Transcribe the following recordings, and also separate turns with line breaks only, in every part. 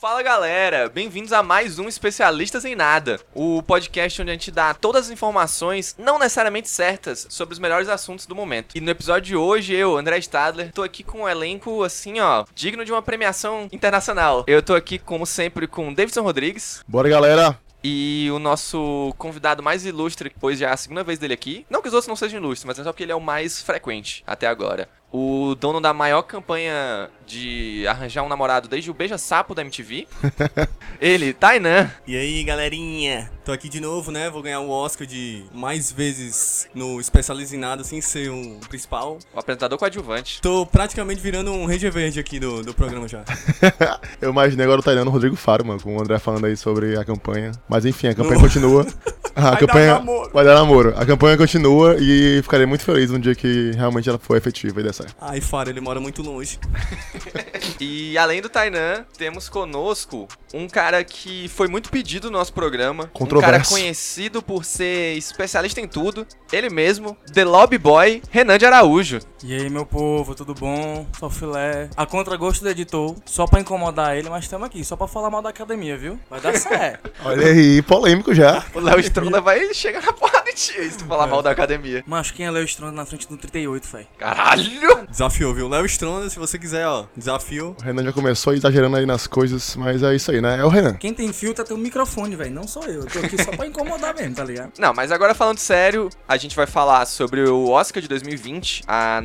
Fala galera, bem-vindos a mais um Especialistas em Nada, o podcast onde a gente dá todas as informações, não necessariamente certas, sobre os melhores assuntos do momento. E no episódio de hoje, eu, André Stadler, tô aqui com um elenco assim, ó, digno de uma premiação internacional. Eu tô aqui, como sempre, com Davidson Rodrigues
Bora, galera!
e o nosso convidado mais ilustre, pois já é a segunda vez dele aqui. Não que os outros não sejam ilustres, mas é só porque ele é o mais frequente até agora. O dono da maior campanha de arranjar um namorado desde o Beija Sapo da MTV. ele, Tainan.
E aí, galerinha? Tô aqui de novo, né? Vou ganhar o Oscar de mais vezes no especialista em nada sem ser o principal.
O apresentador coadjuvante.
Tô praticamente virando um Ranger Verde aqui do, do programa já.
Eu imaginei agora o Tailândia Rodrigo Faro, mano, com o André falando aí sobre a campanha. Mas enfim, a campanha continua. A
Vai
campanha
dar namoro.
vai dar namoro. A campanha continua e ficarei muito feliz no dia que realmente ela for efetiva e der certo.
Ai, Faro, ele mora muito longe.
E além do Tainan, temos conosco um cara que foi muito pedido no nosso programa. Um cara
Controverso.
conhecido por ser especialista em tudo. Ele mesmo, The Lobby Boy, Renan de Araújo.
E aí, meu povo, tudo bom? Sou filé. A contragosto do editor, só pra incomodar ele, mas estamos aqui, só pra falar mal da academia, viu? Vai dar certo.
Olha aí, polêmico já.
O Léo Stronda vai chegar na porrada de ti se tu falar mal da academia.
Mas quem é Leo Strand na frente do 38, véi?
Caralho!
Desafio, viu? Léo Stronda, se você quiser, ó. Desafio.
O Renan já começou exagerando aí nas coisas, mas é isso aí, né? É o Renan.
Quem tem filtro é teu microfone, véi, não sou eu. Eu tô aqui só pra incomodar mesmo, tá ligado?
Não, mas agora falando sério, a gente vai falar sobre o Oscar de 2020, a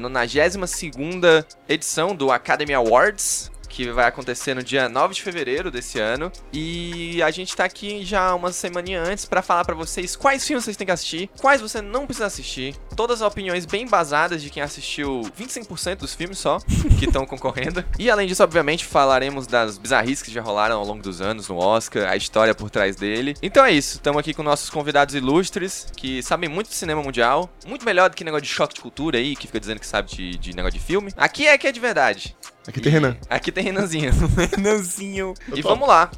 92ª edição do Academy Awards. Que vai acontecer no dia 9 de fevereiro desse ano. E a gente tá aqui já uma semaninha antes pra falar pra vocês quais filmes vocês têm que assistir, quais você não precisa assistir. Todas as opiniões bem basadas de quem assistiu 25% dos filmes só que estão concorrendo. E além disso, obviamente, falaremos das bizarrices que já rolaram ao longo dos anos no Oscar, a história por trás dele. Então é isso, estamos aqui com nossos convidados ilustres, que sabem muito de cinema mundial, muito melhor do que negócio de choque de cultura aí, que fica dizendo que sabe de, de negócio de filme. Aqui é que é de verdade.
Aqui tem
E
Renan.
Aqui tem Renanzinho.
Nanzinho.
e vamos lá.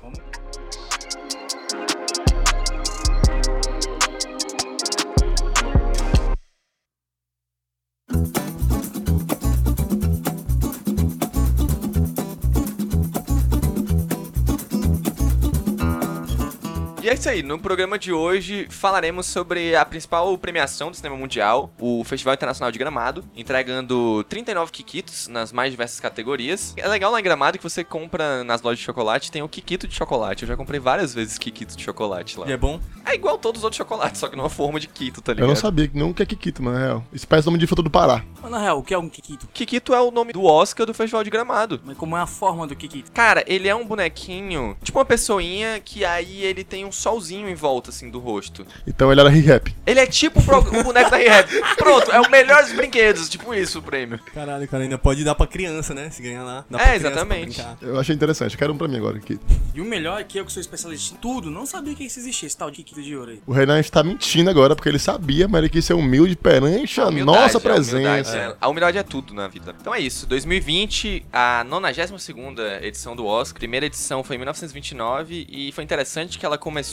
E é isso aí, no programa de hoje falaremos sobre a principal premiação do cinema mundial, o Festival Internacional de Gramado, entregando 39 Kikitos nas mais diversas categorias. É legal lá em Gramado que você compra nas lojas de chocolate, tem o Kikito de chocolate. Eu já comprei várias vezes Kikito de chocolate lá.
E é bom?
É igual todos os outros chocolates, só que numa forma de Kito, tá
Eu
ligado?
não sabia que nunca é Kikito, mano, na real. Espécie de nome de fruta do Pará.
Mas na real, o que é um Kikito?
Kikito é o nome do Oscar do Festival de Gramado.
Mas como é a forma do Kikito?
Cara, ele é um bonequinho, tipo uma pessoinha, que aí ele tem um solzinho em volta, assim, do rosto.
Então ele era re-rap.
Ele é tipo o, pro- o boneco da Rehab. Pronto, é o melhor dos brinquedos, tipo isso o prêmio.
Caralho, cara, ainda pode dar pra criança, né? Se ganhar lá. Dá
É,
pra criança
exatamente.
pra brincar.
Eu achei interessante. Quero um pra mim agora, Kikito.
E o melhor é que eu que sou especialista em tudo, não sabia que isso existia, esse tal de Kikito de ouro aí.
O Renan está mentindo agora, porque ele sabia, mas ele quis ser humilde perante a
Humildade,
nossa
é, humildade,
presença.
é. A humildade é tudo na vida. Então é isso. 2020, a 92ª edição do Oscar. Primeira edição foi em 1929 e foi interessante que ela começou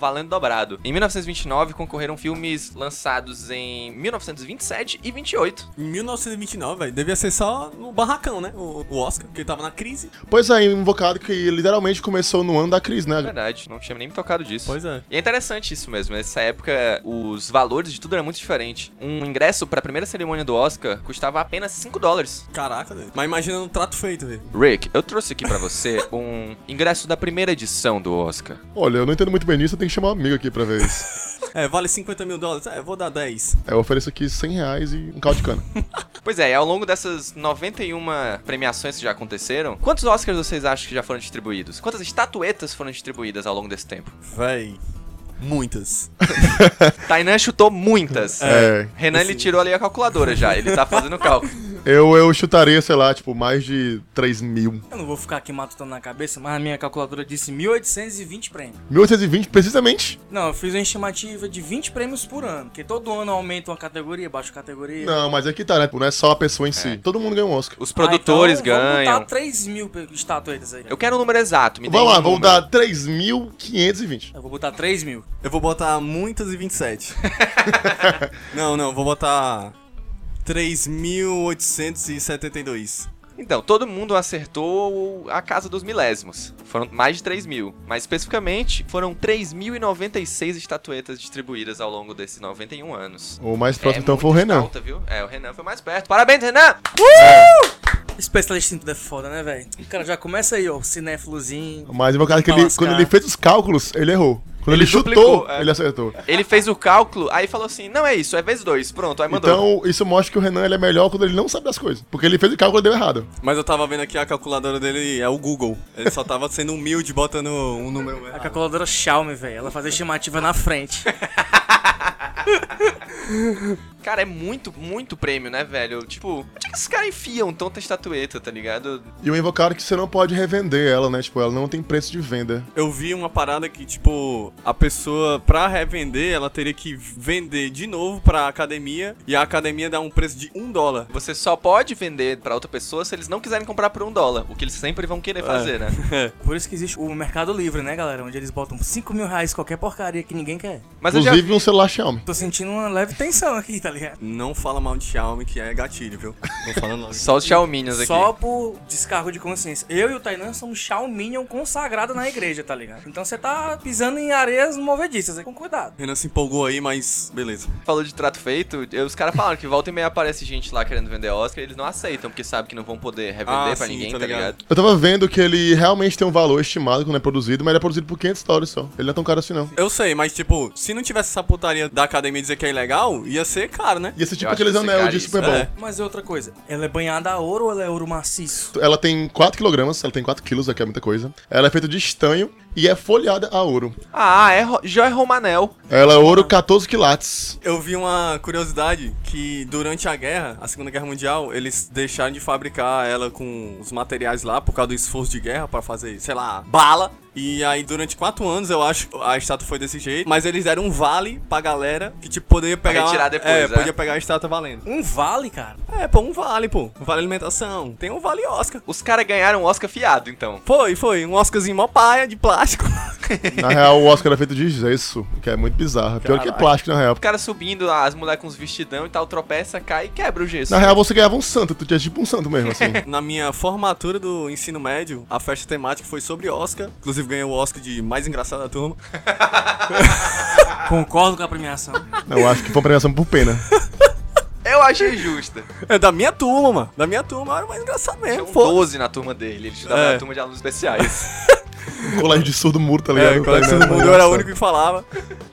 valendo dobrado. Em 1929 concorreram filmes lançados em 1927 e 28.
Em 1929, velho, devia ser só no barracão, né? O, o Oscar, porque ele tava na crise.
Pois é, um invocado que literalmente começou no ano da crise, né?
Verdade, não tinha nem me tocado disso.
Pois é.
E é interessante isso mesmo. Nessa época, os valores de tudo eram muito diferentes. Um ingresso para a primeira cerimônia do Oscar custava apenas 5 dólares.
Caraca, velho. Mas imagina um trato feito, velho.
Rick, eu trouxe aqui para você um ingresso da primeira edição do Oscar.
Olha, eu não entendo muito bem nisso, eu tenho que chamar um amigo aqui pra ver isso.
É, vale 50 mil dólares? É, vou dar 10.
É, eu ofereço aqui 100 reais e um caldo de cana.
Pois é, e ao longo dessas 91 premiações que já aconteceram, quantos Oscars vocês acham que já foram distribuídos? Quantas estatuetas foram distribuídas ao longo desse tempo?
Véi. Muitas.
Tainan chutou muitas.
É.
Renan, ele tirou ali a calculadora já, ele tá fazendo o cálculo.
Ah,
Eu, eu chutaria, sei lá, tipo, mais de 3 mil.
Eu não vou ficar aqui matutando na cabeça, mas a minha calculadora disse 1820 prêmios.
1820, precisamente?
Não, eu fiz uma estimativa de 20 prêmios por ano, porque todo ano aumenta uma categoria, baixa categoria.
Não, mas é que tá, né? Não é só a pessoa em si. Todo mundo ganha um Oscar.
Os produtores
ah, então, Vamos
ganham.
botar 3 mil pe- estatuetas aí.
Eu quero o número exato, me dê
Vamos
um
lá,
número.
vamos dar 3.520.
Eu vou botar 3 mil.
Eu vou botar muitas e 27. não, não, vou botar 3.872.
Então, todo mundo acertou a casa dos milésimos. Foram mais de 3 mil. Mas especificamente, foram 3.096 estatuetas distribuídas ao longo desses 91 anos.
O mais
É
próximo, então, foi o
muito
Renan.
Alta, viu? É, o Renan foi mais perto. Parabéns, Renan!
Especialista em tudo é foda, né, velho? O cara já começa aí, ó, cinéfilozinho.
Mas o cara que
Pra
ele,
lascar.
quando ele fez os cálculos, ele errou. Quando ele,
Ele
chutou,
duplicou, é.
ele acertou.
Ele fez o cálculo, aí falou assim: não é isso, é vezes dois. Pronto, aí mandou.
Então, isso mostra que o Renan ele é melhor quando ele não sabe das coisas. Porque ele fez o cálculo e deu errado.
Mas eu tava vendo aqui a calculadora dele é o Google. Ele só tava sendo humilde botando um número.
A
errado.
calculadora Xiaomi, velho. Ela fazia estimativa na frente.
Cara, é muito, muito prêmio, né, velho? Tipo, onde é que esses caras enfiam tanta estatueta, tá ligado?
E o invocado que você não pode revender ela, né? Tipo, ela não tem preço de venda.
Eu vi uma parada que, tipo, a pessoa, pra revender, ela teria que vender de novo pra academia e a academia dá um preço de um dólar.
Você só pode vender pra outra pessoa se eles não quiserem comprar por um dólar. O que eles sempre vão
É.
querer fazer, né?
Por isso que existe o Mercado Livre, né, galera? Onde eles botam 5 mil reais qualquer porcaria que ninguém quer.
Mas eu já.
Inclusive um celular Xiaomi.
Tô sentindo uma leve tensão aqui, tá ligado?
Não fala mal de Xiaomi, que é gatilho, viu? Não fala não.
Só os Xiaominions aqui.
Só por descargo de consciência. Eu e o Tainan somos Xiaominion consagrado na igreja, tá ligado? Então você tá pisando em areias movediças, aí, com cuidado.
Renan se empolgou aí, mas beleza.
Falou de trato feito, eu- os caras falaram que volta e meia aparece gente lá querendo vender Oscar e eles não aceitam, porque sabem que não vão poder revender
Ah,
pra
sim,
ninguém,
tô
tá
ligado.
ligado?
Eu tava vendo que ele realmente tem um valor estimado quando é produzido, mas ele é produzido por 500 dólares só. Ele não é tão caro assim, não.
Eu sei, mas tipo, se não tivesse essa putaria da academia dizer que é ilegal, ia ser caro, né?
E esse tipo
acho
aqueles
que esse
anel
cara
de
é
Super
isso,
Bowl.
é.
Mas é outra coisa. Ela é banhada a ouro ou ela é ouro maciço?
Ela tem 4 kg, ela tem 4 quilos, aqui é muita coisa. Ela é feita de estanho e é folheada a ouro.
Ah, é Ro- Joy Romanel.
Ela é ouro 14 quilates.
Eu vi uma curiosidade que durante a guerra, a Segunda Guerra Mundial, eles deixaram de fabricar ela com os materiais lá por causa do esforço de guerra pra fazer, sei lá, bala. E aí durante quatro anos, eu acho, a estátua foi desse jeito, mas eles deram um vale pra galera que tipo poderia pegar,
retirar depois,
é,
é.
podia pegar a estátua valendo.
Um vale, cara.
É, pô, um vale, pô. Um Vale alimentação. Tem um vale Oscar.
Os caras ganharam um Oscar fiado, então.
Foi, foi, um Oscarzinho mó paia de plástico.
Na real, o Oscar é feito de gesso, que é muito bizarro. Pior que é
Caralho.
plástico, na real.
O cara subindo, as mulheres com os vestidão e tal, tropeça, cai e quebra o gesso.
Na real, você ganhava um santo, tu tinha tipo um santo mesmo, assim.
Na minha formatura do ensino médio, a festa temática foi sobre Oscar. Inclusive ganhei o Oscar de mais engraçado da turma.
Concordo com a premiação.
Não, eu acho que foi uma premiação por pena.
Eu achei justa.
É da minha turma, mano. Da minha turma eu era o mais engraçado
Tinha
mesmo.
um
Foda-se.
12 na turma dele, ele estudava
É.
na turma de alunos especiais.
Um colégio de surdo muro, tá ligado?
É,
um
quando
Tá
todo
ligado?
mundo eu era o único que falava.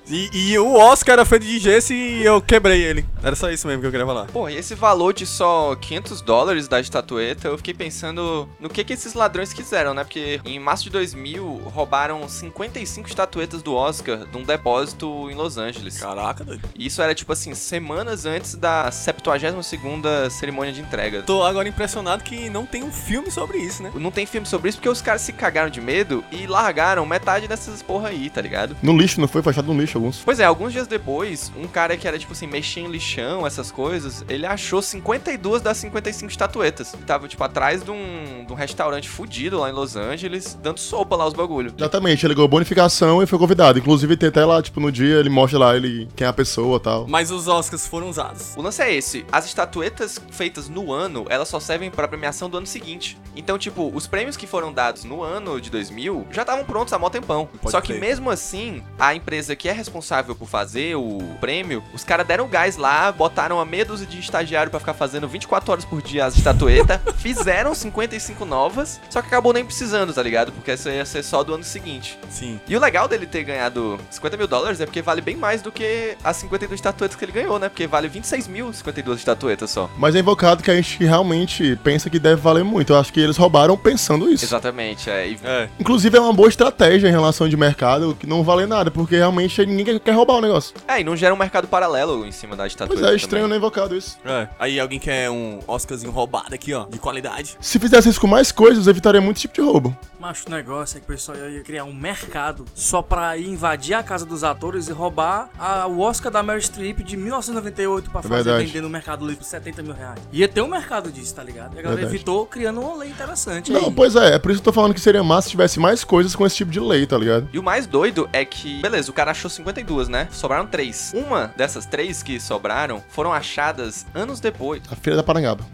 E, e o Oscar era feito de gesso e eu quebrei ele. Era só isso mesmo que eu queria falar.
Porra, e esse valor de só 500 dólares da estatueta, eu fiquei pensando no que que esses ladrões quiseram, né? Porque em março de 2000, roubaram 55 estatuetas do Oscar de um depósito em Los Angeles.
Caraca, doido.
E Isso era, tipo assim, semanas antes da 72ª cerimônia de entrega.
Tô agora impressionado que não tem um filme sobre isso, né?
Não tem filme sobre isso porque os caras se cagaram de medo e largaram metade dessas porra aí, tá ligado?
No lixo, não foi? Foi achado no lixo alguns.
Pois é, alguns dias depois, um cara que era tipo assim, mexia em lixão, essas coisas, ele achou 52 das 55 estatuetas. Ele tava, tipo, atrás de um, de um restaurante fudido lá em Los Angeles, dando sopa lá os bagulho.
Exatamente, ele ganhou bonificação e foi convidado. Inclusive, tem até lá, tipo, no dia ele mostra lá ele, quem é a pessoa e tal.
Mas os Oscars foram usados.
O lance é esse, as estatuetas feitas no ano, elas só servem pra premiação do ano seguinte. Então, tipo, os prêmios que foram dados no ano de 2000 já estavam prontos há mó tempão.
Pode
só que
crer.
mesmo assim, a empresa que é responsável por fazer o prêmio, os caras deram gás lá, botaram a meia dúzia de estagiário pra ficar fazendo 24 horas por dia as estatuetas, fizeram 55 novas, só que acabou nem precisando, tá ligado? Porque essa ia ser só do ano seguinte.
Sim.
E o legal dele ter ganhado 50 mil dólares é porque vale bem mais do que as 52 estatuetas que ele ganhou, né? Porque vale 26 mil 52 estatuetas só.
Mas é invocado que a gente realmente pensa que deve valer muito. Eu acho que eles roubaram pensando isso.
Exatamente, é. E
É.
Inclusive, é uma boa estratégia em relação de mercado que não vale nada, porque realmente ninguém quer- quer roubar o negócio.
É, e não gera um mercado paralelo em cima da estatueta.
Pois é, estranho,
também.
né? Invocado isso.
É. Aí alguém quer um Oscarzinho roubado aqui, ó, de qualidade.
Se fizesse isso com mais coisas, evitaria muito tipo de roubo.
Mas o negócio é que o pessoal ia criar um mercado só pra ir invadir a casa dos atores e roubar a, o Oscar da Mary Streep de 1998 pra fazer
É verdade.
vender no Mercado Livre por 70 mil reais. Ia ter um mercado disso, tá ligado? E a galera
Verdade.
evitou criando uma lei interessante.
Não,
aí.
pois é, é por isso que eu tô falando que seria massa se tivesse mais coisas com esse tipo de lei, tá ligado?
E o mais doido é que, beleza, o cara achou 52, né? Sobraram três. Uma dessas três que sobraram foram achadas anos depois.
A filha da Parangaba.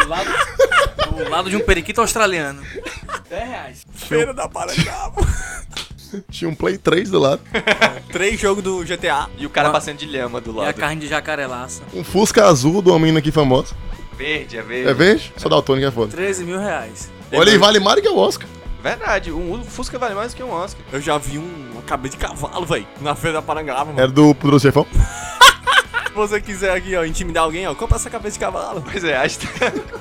Do lado, Do lado de um periquito australiano. 10 reais.
Feira da Paraná.
Tinha um Play 3 do lado,
Três jogos do GTA.
E o cara
Ah.
passando de lhama do
E a
lado.
carne de jacarelaça.
um Fusca azul de uma menina aqui famosa.
Verde, é verde.
É verde? Só dá o Tony que é foda.
13 mil reais.
Olha aí, vale mais que é o Oscar.
Verdade, um Fusca vale mais que um Oscar.
Eu já vi um, uma cabeça de cavalo, velho, na feira da Parangaba, mano.
Era do Poderoso Chefão.
Se você quiser aqui, ó, intimidar alguém, ó, compra essa cabeça de cavalo.
Pois é, as...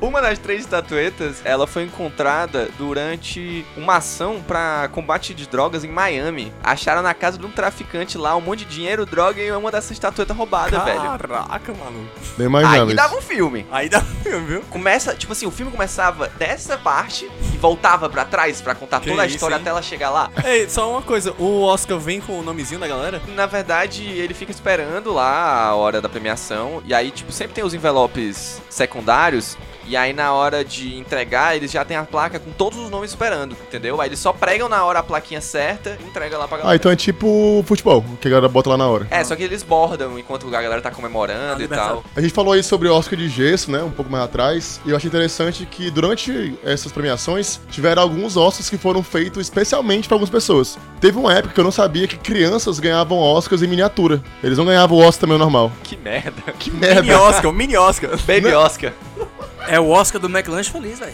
uma das três estatuetas, ela foi encontrada durante uma ação pra combate de drogas em Miami. Acharam na casa de um traficante lá um monte de dinheiro, droga e uma dessas estatuetas roubadas, velho.
Caraca, mano.
Aí
Nem imaginava
dava
isso.
um filme.
Aí dá filme, viu?
Começa, tipo assim, o filme começava dessa parte e voltava pra trás pra contar
Que
toda a
isso,
história
hein?
até ela chegar lá.
Ei, só uma coisa, o Oscar vem com o nomezinho da galera?
Na verdade, ele fica esperando lá a hora da premiação. E aí, tipo, sempre tem os envelopes secundários. E aí, na hora de entregar, eles já tem a placa com todos os nomes esperando, entendeu? Aí eles só pregam na hora a plaquinha certa e entrega lá pra galera.
Ah, então é tipo futebol, que a galera bota lá na hora.
É, só que eles bordam enquanto a galera tá comemorando
Ah,
e tal.
A gente falou aí sobre o Oscar de Gesso, né? Um pouco mais atrás. E eu achei interessante que durante essas premiações tiveram alguns Oscars que foram feitos especialmente pra algumas pessoas. Teve uma época que eu não sabia que crianças ganhavam Oscars em miniatura. Eles não ganhavam o Oscar também normal.
Que merda.
Que
Mini
merda!
Oscar, mini Oscar.
Baby Oscar.
É o Oscar do McLanche feliz, velho.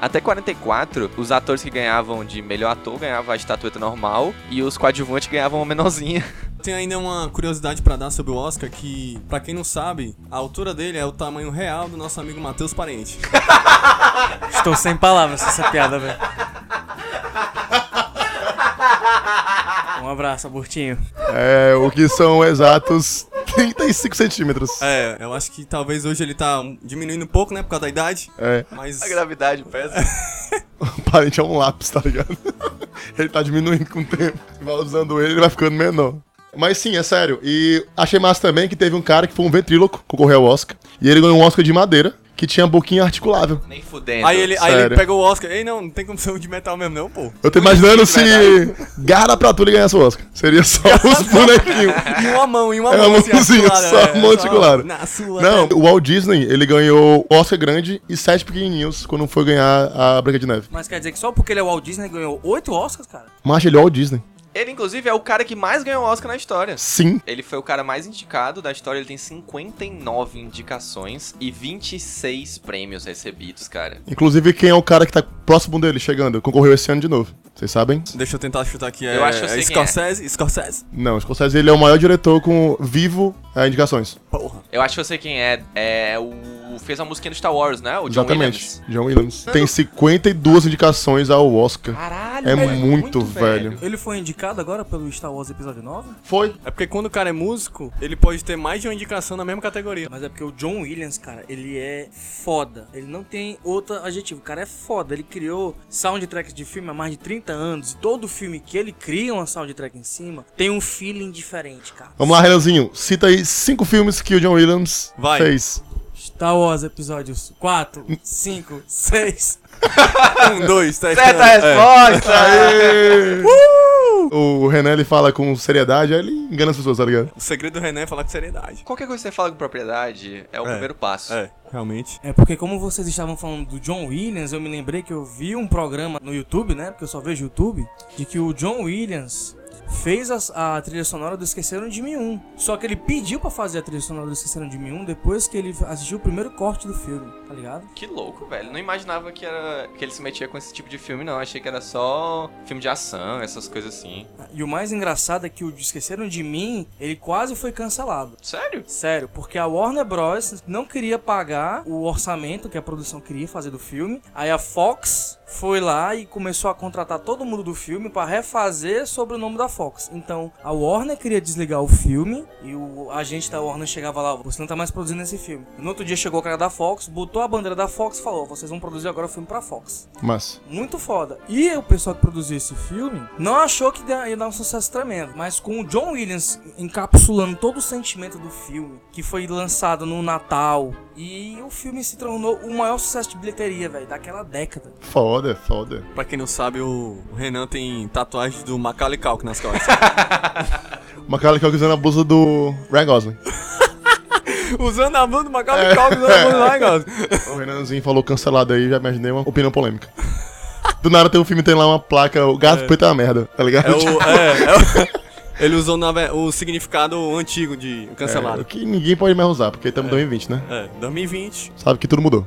Até 44, os atores que ganhavam de melhor ator ganhavam a estatueta normal e os coadjuvantes ganhavam uma menorzinha.
Tem ainda uma curiosidade pra dar sobre o Oscar que, pra quem não sabe, a altura dele é o tamanho real do nosso amigo Matheus Parente.
Estou sem palavras com essa piada, velho. Um abraço, Abortinho.
É, o que são exatos 35 centímetros.
É, eu acho que talvez hoje ele tá diminuindo um pouco, né, por causa da idade,
É,
mas
A gravidade pesa.
o parente é um lápis, tá ligado? Ele tá diminuindo com o tempo. Valorizando ele, ele vai ficando menor. Mas sim, é sério. E achei massa também que teve um cara que foi um ventríloco, concorreu ao Oscar. E ele ganhou um Oscar de madeira, que tinha boquinha articulável.
Nem fudendo.
Aí ele, aí ele
Sério.
pega o Oscar. Ei, não, não tem como ser um de metal mesmo, não, pô.
Eu tô imaginando se Gara pra tu ganhasse o Oscar. Seria só os bonequinhos.
E uma mão, e uma
É
mão.
uma
assim,
mãozinha,
articulada,
só
é,
a mão articulada.
Na sua.
Não,
né?
o Walt Disney, ele ganhou Oscar grande e sete pequenininhos quando foi ganhar a Branca de Neve.
Mas quer dizer que só porque ele é o Walt Disney ganhou 8 Oscars, cara?
Mas ele é o Walt Disney.
Ele, inclusive, é o cara que mais ganhou Oscar na história.
Sim.
Ele foi o cara mais indicado da história, ele tem 59 indicações e 26 prêmios recebidos, cara.
Inclusive, quem é o cara que tá próximo dele chegando? Concorreu esse ano de novo. Vocês sabem?
Deixa eu tentar chutar aqui. É,
Eu acho que eu
é
sei quem é.
Scorsese, Scorsese.
Não, o Scorsese ele é o maior diretor com vivo é, indicações.
Porra.
Eu acho que eu sei quem é. É o. Fez a musiquinha do Star Wars, né? O John
Exatamente.
Williams.
John Williams. Tem 52 indicações ao Oscar.
Caralho,
É
velho,
muito velho.
Ele foi indicado agora pelo Star Wars Episódio 9?
Foi.
É porque quando o cara é músico, ele pode ter mais de uma indicação na mesma categoria.
Mas é porque o John Williams, cara, ele é foda. Ele não tem outro adjetivo. O cara é foda. Ele criou soundtracks de filme há mais de 30 anos. Todo filme que ele cria uma soundtrack em cima tem um feeling diferente, cara.
Vamos lá, Renanzinho. Cita aí cinco filmes que o John Williams
Vai.
fez.
Star Wars Episódios 4,
Hum.
5, 6.
Um, dois, três.
Certa
quatro. É.
resposta!
O Renan ele fala com seriedade, aí ele engana as pessoas, tá ligado?
O segredo do Renan é falar com seriedade.
Qualquer coisa que você fala com propriedade é o
É,
primeiro passo.
É, realmente.
É porque como vocês estavam falando do John Williams, eu me lembrei que eu vi um programa no YouTube, né? Porque eu só vejo YouTube, de que o John Williams fez as- a, trilha sonora do Esqueceram de Mim 1. Só que ele pediu pra fazer a trilha sonora do Esqueceram de Mim 1 depois que ele assistiu o primeiro corte do filme, tá ligado?
Que louco, velho. Não imaginava que, era... que ele se metia com esse tipo de filme, não. Achei que era só filme de ação, essas coisas assim.
E o mais engraçado é que o Esqueceram de Mim, ele quase foi cancelado.
Sério?
Sério, porque a Warner Bros. não queria pagar o orçamento que a produção queria fazer do filme. Aí a Fox foi lá e começou a contratar todo mundo do filme pra refazer sobre o nome da Fox. Então a Warner queria desligar o filme e o agente da Warner chegava lá: você não tá mais produzindo esse filme. No outro dia chegou o cara da Fox, botou a bandeira da Fox e falou: vocês vão produzir agora o filme pra Fox.
Mas.
Muito foda. E o pessoal que produziu esse filme não achou que da- ia dar um sucesso tremendo. Mas com o John Williams encapsulando todo o sentimento do filme, que foi lançado no Natal. E o filme se tornou o maior sucesso de bilheteria, velho, daquela década.
Foda, foda.
Pra quem não sabe, o o Renan tem tatuagem do Macaulay Culkin nas costas.
Uma cara que eu usando a blusa do Ryan Gosling.
Usando a mão do
É.
Macaulay Culkin, usando a mão do negócio.
O Renanzinho falou cancelado aí, já imaginei uma opinião polêmica. Do nada tem um filme, tem lá uma placa, o gato preto é uma merda, tá ligado?
É o, é, é o- ele usou na ve- o significado antigo de
É,
cancelado.
que ninguém pode mais usar, porque estamos em 2020, né?
É, 2020.
Sabe que tudo mudou.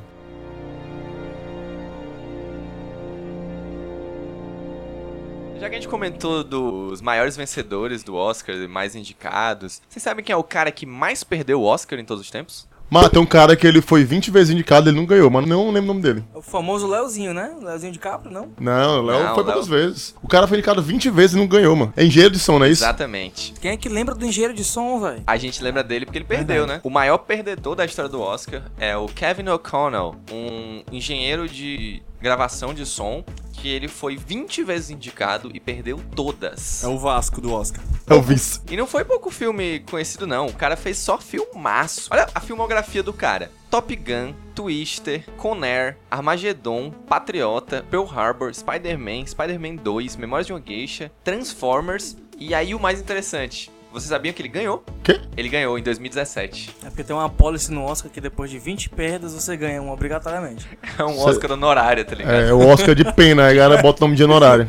Já que a gente comentou dos maiores vencedores do Oscar, mais indicados, vocês sabem quem é o cara que mais perdeu o Oscar em todos os tempos?
Mano, tem um cara que ele foi 20 vezes indicado, ele não ganhou, mas não lembro o nome dele.
É O famoso Leozinho, né? Leozinho de Capra, não?
Não, o Léo
Não,
foi
Léo.
poucas vezes. O cara foi indicado 20 vezes e não ganhou, mano. É engenheiro de som, não é isso?
Exatamente.
Quem é que lembra do engenheiro de som, velho?
A gente lembra dele porque ele perdeu, né? O maior perdedor da história do Oscar é o Kevin O'Connell, um engenheiro de gravação de som que ele foi 20 vezes indicado e perdeu todas.
É o Vasco do Oscar.
É o vice.
E não foi pouco filme conhecido, não. O cara fez só filmaço. Olha a filmografia do cara. Top Gun, Twister, Conair, Armageddon, Patriota, Pearl Harbor, Spider-Man, Spider-Man 2, Memórias de uma Geisha, Transformers e aí o mais interessante. Vocês sabiam que ele ganhou?
Quê?
Ele ganhou em 2017.
É porque tem uma policy no Oscar que depois de 20 perdas você ganha uma obrigatoriamente.
É um
Cê-
Oscar honorário, tá ligado?
É, o Oscar de pena, aí a galera bota o nome de honorário.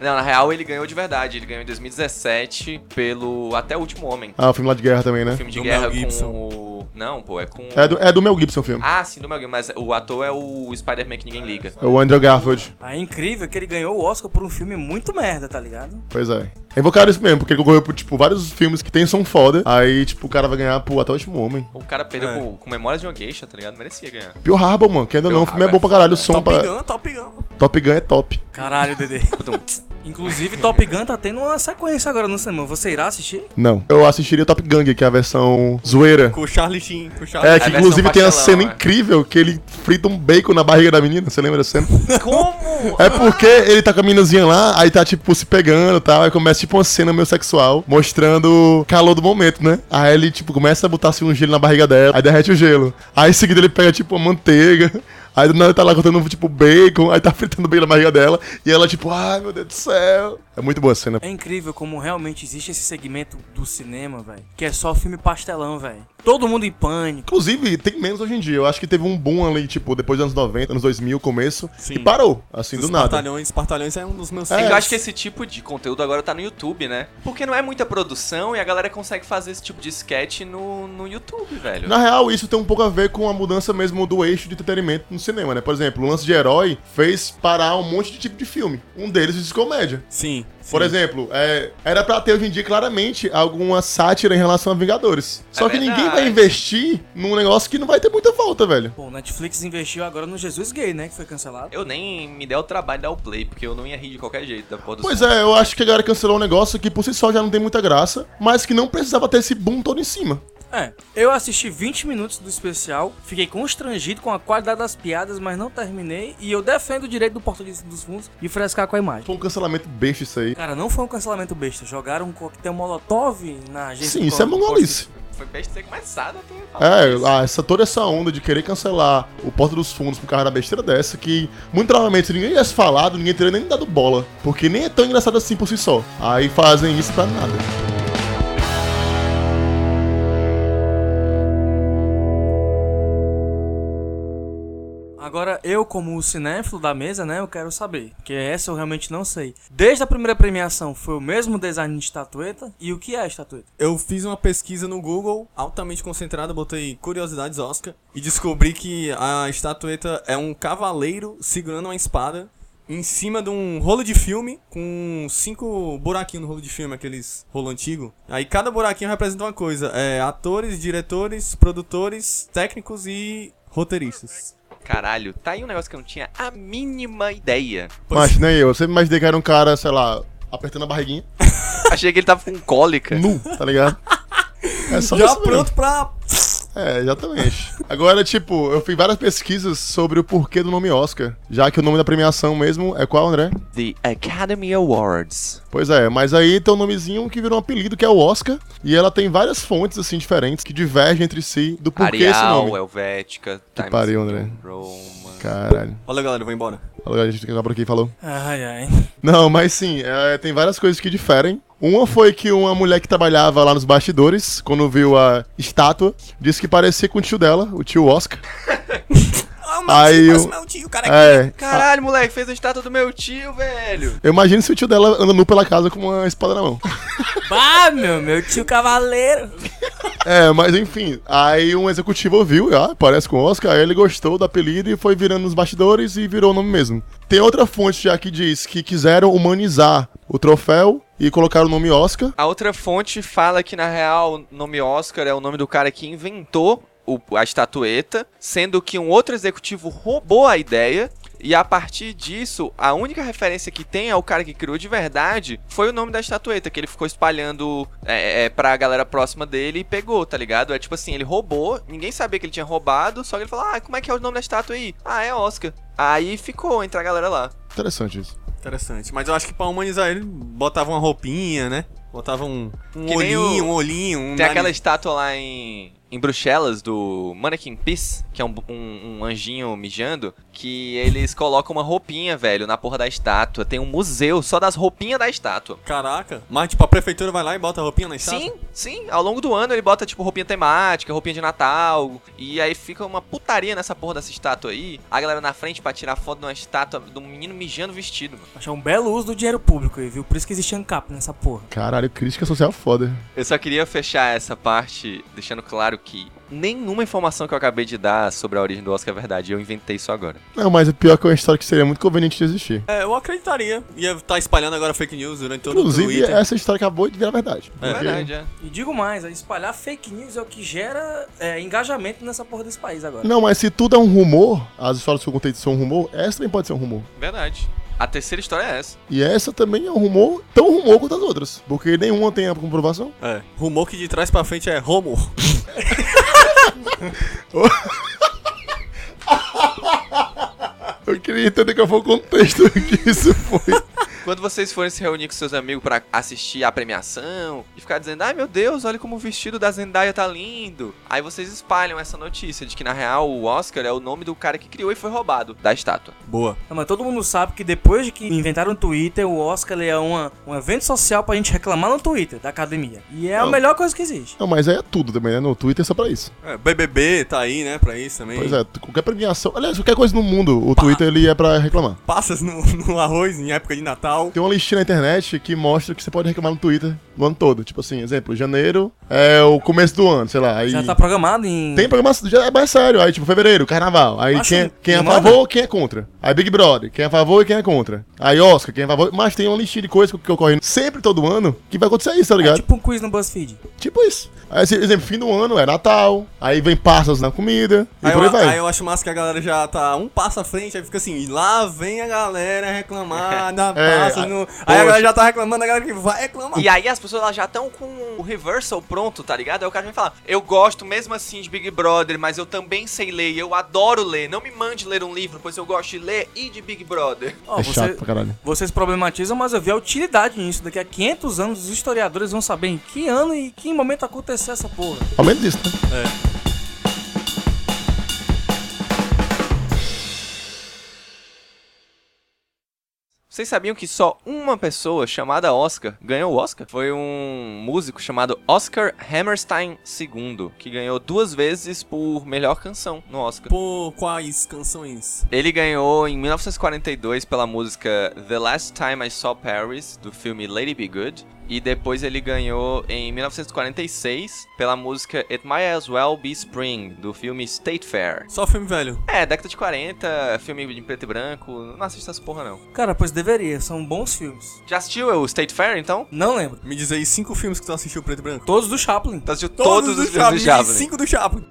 Não, na real ele ganhou de verdade. Ele ganhou em 2017 pelo Até o Último Homem.
Ah, o filme lá de guerra também, né?
Filme de
Do
guerra
Mel Gibson.
com o... Não, pô, é com...
É do, é do Mel Gibson o filme.
Ah, sim, do Mel Gibson, mas o ator é o Spider-Man que ninguém liga.
É o Andrew Garfield.
Aí é incrível que ele ganhou o Oscar por um filme muito merda, tá ligado?
Pois é. É invocado isso mesmo, porque ele concorreu por, tipo, vários filmes que tem som foda. Aí, tipo, o cara vai ganhar por Até o Último Homem.
O cara perdeu
É.
com, com memórias de uma geisha, tá ligado? Merecia ganhar.
Pio Harbor, mano, que ainda
Pearl
não, o filme é
Harbor
bom pra caralho. O som
Top
pra.
Gun, Top Gun.
Top Gun é top.
Caralho, Dedê. Inclusive, Top Gun tá tendo uma sequência agora no cinema. Você irá assistir?
Não. Eu assistiria Top Gang, que é a versão zoeira.
Com o Charlie Sheen. Com o Charlie
É,
a
que
versão
inclusive tem a
pastelão,
cena
é.
incrível que ele frita um bacon na barriga da menina. Você lembra da cena?
Como?
É porque ele tá com a meninazinha lá, aí tá tipo se pegando e tal, aí começa tipo uma cena meio sexual, mostrando o calor do momento, né? Aí ele tipo começa a botar assim um gelo na barriga dela, aí derrete o gelo. Aí em seguida ele pega tipo uma manteiga, aí do nada ele tá lá cortando tipo bacon, aí tá fritando bacon na barriga dela, e ela tipo, ai meu Deus do céu. É muito boa a cena.
É incrível como realmente existe esse segmento do cinema, velho. Que é só filme pastelão, velho. Todo mundo em pânico.
Inclusive, tem menos hoje em dia. Eu acho que teve um boom ali, tipo, depois dos anos 90, anos 2000, começo,
Sim.
e parou, assim,
Os
do nada.
Espartalhões, Espartalhões é um dos meus
É que
filmes.
eu acho que esse tipo de conteúdo agora tá no YouTube, né? Porque não é muita produção e a galera consegue fazer esse tipo de sketch no, no YouTube, velho.
Na real, isso tem um pouco a ver com a mudança mesmo do eixo de entretenimento no cinema, né? Por exemplo, o lance de herói fez parar um monte de tipo de filme. Um deles é de comédia.
Sim. sim.
Por exemplo, é, era pra ter hoje em dia claramente alguma sátira em relação a Vingadores. Só
É
que ninguém
verdade.
vai investir num negócio que não vai ter muita volta, velho.
Bom, Netflix investiu agora no Jesus Gay, né? Que foi cancelado.
Eu nem me der o trabalho de dar o play, porque eu não ia rir de qualquer jeito da produção.
Pois é, eu acho que a galera cancelou um negócio que por si só já não tem muita graça, mas que não precisava ter esse boom todo em cima.
É, eu assisti 20 minutos do especial, fiquei constrangido com a qualidade das piadas, mas não terminei. E eu defendo o direito do português dos fundos de frescar com a imagem.
Foi um cancelamento besta isso aí.
Cara, não foi um cancelamento besta. Jogaram um coquetel molotov na agência.
Sim,
do
isso é
Código
mongolice.
Foi besta ter começado até
É, ah, essa, toda essa onda de querer cancelar o Porta dos Fundos por causa da besteira dessa, que muito provavelmente se ninguém tivesse falado, ninguém teria nem dado bola. Porque nem é tão engraçado assim por si só. Aí fazem isso pra nada.
Agora, eu, como o cinéfilo da mesa, né, eu quero saber. Porque essa eu realmente não sei. Desde a primeira premiação foi o mesmo design de estatueta. E o que é a estatueta?
Eu fiz uma pesquisa no Google, altamente concentrada, botei curiosidades Oscar e descobri que a estatueta é um cavaleiro segurando uma espada em cima de um rolo de filme com cinco buraquinhos no rolo de filme, aqueles rolo antigo. Aí cada buraquinho representa uma coisa: é atores, diretores, produtores, técnicos e roteiristas.
Caralho, tá aí um negócio que eu não tinha a mínima ideia.
Mas nem eu, eu sempre imaginei que era um cara, sei lá, apertando a barriguinha,
Achei que ele tava com um cólica.
nu, tá ligado? É só
Já
isso mesmo.
pronto pra.
É, exatamente. Agora, tipo, eu fiz várias pesquisas sobre o porquê do nome Oscar, já que o nome da premiação mesmo é qual, André?
The Academy Awards.
Pois é, mas aí tem um nomezinho que virou um apelido, que é o Oscar, e ela tem várias fontes, assim, diferentes, que divergem entre si do porquê esse
Arial, é
nome.
Helvética, Times
pariu, André.
Roma.
Caralho.
Olha, galera, eu vou embora.
Falou, A gente tem que acabar por aqui, falou.
Ai, ai.
Não, mas sim, é, tem várias coisas que diferem. Uma foi que uma mulher que trabalhava lá nos bastidores, quando viu a estátua, disse que parecia com o tio dela, o tio Oscar.
Ah,
Aí
mas
o-
meu tio, o cara
É.
Caralho, moleque, fez a estátua do meu tio, velho.
Eu imagino se o tio dela anda nu pela casa com uma espada na mão.
Ah, meu, meu tio cavaleiro.
É, mas enfim, aí um executivo ouviu, ah, parece com o Oscar, aí ele gostou do apelido e foi virando nos bastidores e virou o nome mesmo. Tem outra fonte já que diz que quiseram humanizar o troféu e colocaram o nome Oscar.
A outra fonte fala que, na real, o nome Oscar é o nome do cara que inventou o- a estatueta, sendo que um outro executivo roubou a ideia. E a partir disso, a única referência que tem ao cara que criou de verdade foi o nome da estatueta, que ele ficou espalhando é, é, pra galera próxima dele e pegou, tá ligado? É tipo assim, ele roubou, ninguém sabia que ele tinha roubado, só que ele falou, ah, como é que é o nome da estátua aí? Ah, é Oscar. Aí ficou entre a galera lá.
Interessante isso.
Interessante. Mas eu acho que pra humanizar ele, botava uma roupinha, né? Botava um, um
Que nem
olhinho,
o-
um olhinho, um
Tem
nariz.
aquela estátua lá em, em Bruxelas do Mannequin Peace, que é um, um- um anjinho mijando, que eles colocam uma roupinha, velho, na porra da estátua. Tem um museu só das roupinhas da estátua.
Caraca. Mas, tipo, a prefeitura vai lá e bota a roupinha na estátua?
Sim, sim. Ao longo do ano ele bota, tipo, roupinha temática, roupinha de Natal. E aí fica uma putaria nessa porra dessa estátua aí. A galera na frente pra tirar foto de uma estátua de um menino mijando vestido, mano.
Achar um belo uso do dinheiro público aí, viu? Por isso que existe ANCAP nessa porra.
Caralho, crítica social foda.
Eu só queria fechar essa parte deixando claro que nenhuma informação que eu acabei de dar sobre a origem do Oscar é verdade. Eu inventei isso agora.
Não, mas o pior é que é uma história que seria muito conveniente de existir.
É, eu acreditaria. Ia estar espalhando agora fake news durante todo o
Inclusive, é.
Twitter.
essa história acabou de virar verdade.
É
Porque-
verdade, é.
E digo mais, é espalhar fake news é o que gera é, engajamento nessa porra desse país agora.
Não, mas se tudo é um rumor, as histórias que eu contei são um rumor, essa também pode ser um rumor.
Verdade. A terceira história é essa.
E essa também é um rumor tão rumor quanto as outras. Porque nenhuma tem a comprovação.
É. Rumor que de trás pra frente é Romo.
Eu queria entender qual foi o contexto que isso foi.
Quando vocês forem se reunir com seus amigos pra assistir a premiação e ficar dizendo, ai meu Deus, olha como o vestido da Zendaya tá lindo. Aí vocês espalham essa notícia de que na real o Oscar é o nome do cara que criou e foi roubado da estátua.
Boa.
Não, mas todo mundo sabe que depois de que inventaram o Twitter, o Oscar ele é uma, um evento social pra gente reclamar no Twitter da academia. E é a
Não.
melhor coisa que existe.
Não, mas aí é tudo também, né? No Twitter é só pra isso.
É, BBB tá aí, né, pra isso também.
Pois é, qualquer premiação. Aliás, qualquer coisa no mundo, o Twitter ele é pra reclamar.
Passas no, no arroz em época de Natal.
Tem uma listinha na internet que mostra que você pode reclamar no Twitter no ano todo. Tipo assim, exemplo, janeiro é o começo do ano, sei lá. Aí
Já tá programado em.
Tem programação, já é mais sério. Aí, tipo, fevereiro, carnaval. Aí
Nossa,
quem, quem é a
manda.
favor, quem é contra. Aí Big Brother, quem é a favor e quem é contra. Aí Oscar, quem é a favor. Mas tem uma listinha de coisas que ocorre sempre todo ano que vai acontecer isso, tá
É
ligado? tipo...
tipo um quiz no BuzzFeed.
isso. Aí, assim, exemplo, fim do ano é Natal. Aí vem passas na comida. E
Aí
por aí
eu,
vai.
aí eu acho massa que a galera já tá um passo à frente, aí fica assim, e lá vem a galera reclamar da
É,
passa
a-
no. Aí
poxa.
a galera já tá reclamando, a galera que vai reclamar.
E aí as pessoas elas já estão com o reversal pronto, tá ligado? Aí o cara vem falar, eu gosto mesmo assim de Big Brother, mas eu também sei ler, eu adoro ler. Não me mande ler um livro, pois eu gosto de ler e de Big Brother.
Ó,
É
você-
chato pra caralho.
Vocês problematizam, mas eu vi a utilidade nisso. Daqui a 500 anos, os historiadores vão saber em que ano e em que momento aconteceu essa porra.
Ao menos isso, né?
Vocês sabiam que só uma pessoa chamada Oscar ganhou o Oscar? Foi um músico chamado Oscar Hammerstein II, que ganhou duas vezes por melhor canção no Oscar.
Pô, quais canções?
Ele ganhou em 1942 pela música The Last Time I Saw Paris, do filme Lady Be Good. E depois ele ganhou em 1946 pela música It Might As Well Be Spring, do filme State Fair.
Só filme velho.
É, década de 40, filme em preto e branco. Não assista essa porra, não.
Cara, pois deveria, são bons filmes.
Já assistiu o State Fair, então?
Não lembro.
Me diz aí cinco filmes que tu assistiu preto e branco.
Todos do Chaplin.
Tá assistiu todos, os filmes do
Me diz
Chaplin.
Cinco do Chaplin.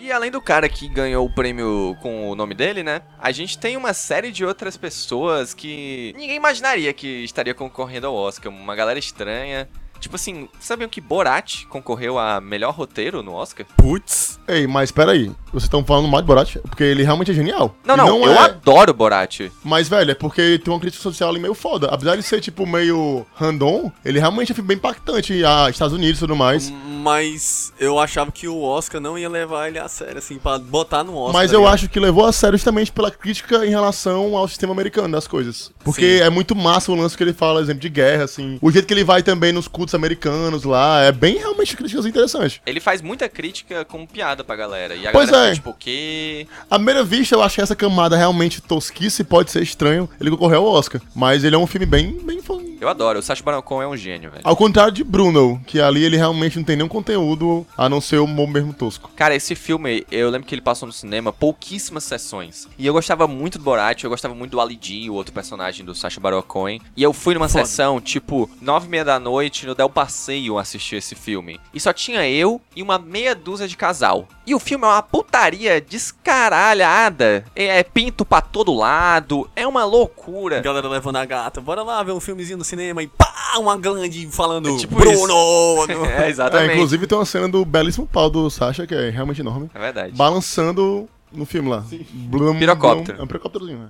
E além do cara que ganhou o prêmio com o nome dele, né? A gente tem uma série de outras pessoas que ninguém imaginaria que estaria concorrendo ao Oscar. Uma galera estranha. Tipo assim, sabiam que Borat concorreu a melhor roteiro no Oscar?
Putz.
Ei, mas peraí. Vocês estão falando mal de Borat? Porque ele realmente é genial.
Não,
E
não, eu
é...
adoro Borat.
Mas, velho, é porque tem uma crítica social ali meio foda. Apesar de ser, tipo, meio random, ele realmente é bem impactante a Estados ah, Unidos e tudo mais.
mas eu achava que o Oscar não ia levar ele a sério, assim, pra botar no Oscar.
Mas
tá
eu
ligado?
acho que levou a sério justamente pela crítica em relação ao sistema americano das coisas. Porque
Sim.
é muito massa o lance que ele fala, exemplo, de guerra, assim. O jeito que ele vai também nos cultos americanos lá, é bem realmente críticas interessantes.
Ele faz muita crítica com piada pra galera. E a
Pois
galera
é.
fica tipo, o quê?
À primeira vista, eu achei essa camada realmente tosquice, pode ser estranho. Ele concorreu ao Oscar. Mas ele é um filme bem, bem fã.
Eu adoro, o Sacha Baron Cohen é um gênio, velho.
Ao contrário de Bruno, que ali ele realmente não tem nenhum conteúdo a não ser o humor mesmo tosco.
Cara, esse filme, eu lembro que ele passou no cinema pouquíssimas sessões. E eu gostava muito do Borat, eu gostava muito do Ali D, o outro personagem do Sacha Baron Cohen. E eu fui numa
Foda.
sessão, tipo, nove e meia da noite, no Del Passeio assistir esse filme. E só tinha eu e uma meia dúzia de casal. E o filme é uma putaria descaralhada. É, é pinto pra todo lado, é uma loucura.
Galera levando a gata, bora lá ver um filmezinho no cinema e pá, uma grande falando
É tipo
Bruno!
É,
É,
exatamente. É,
inclusive tem uma cena do belíssimo pau do Sasha, que é realmente enorme,
verdade.
balançando no filme lá. Blum,
Pirocóptero.
blum. É um pirocópterozinho, né?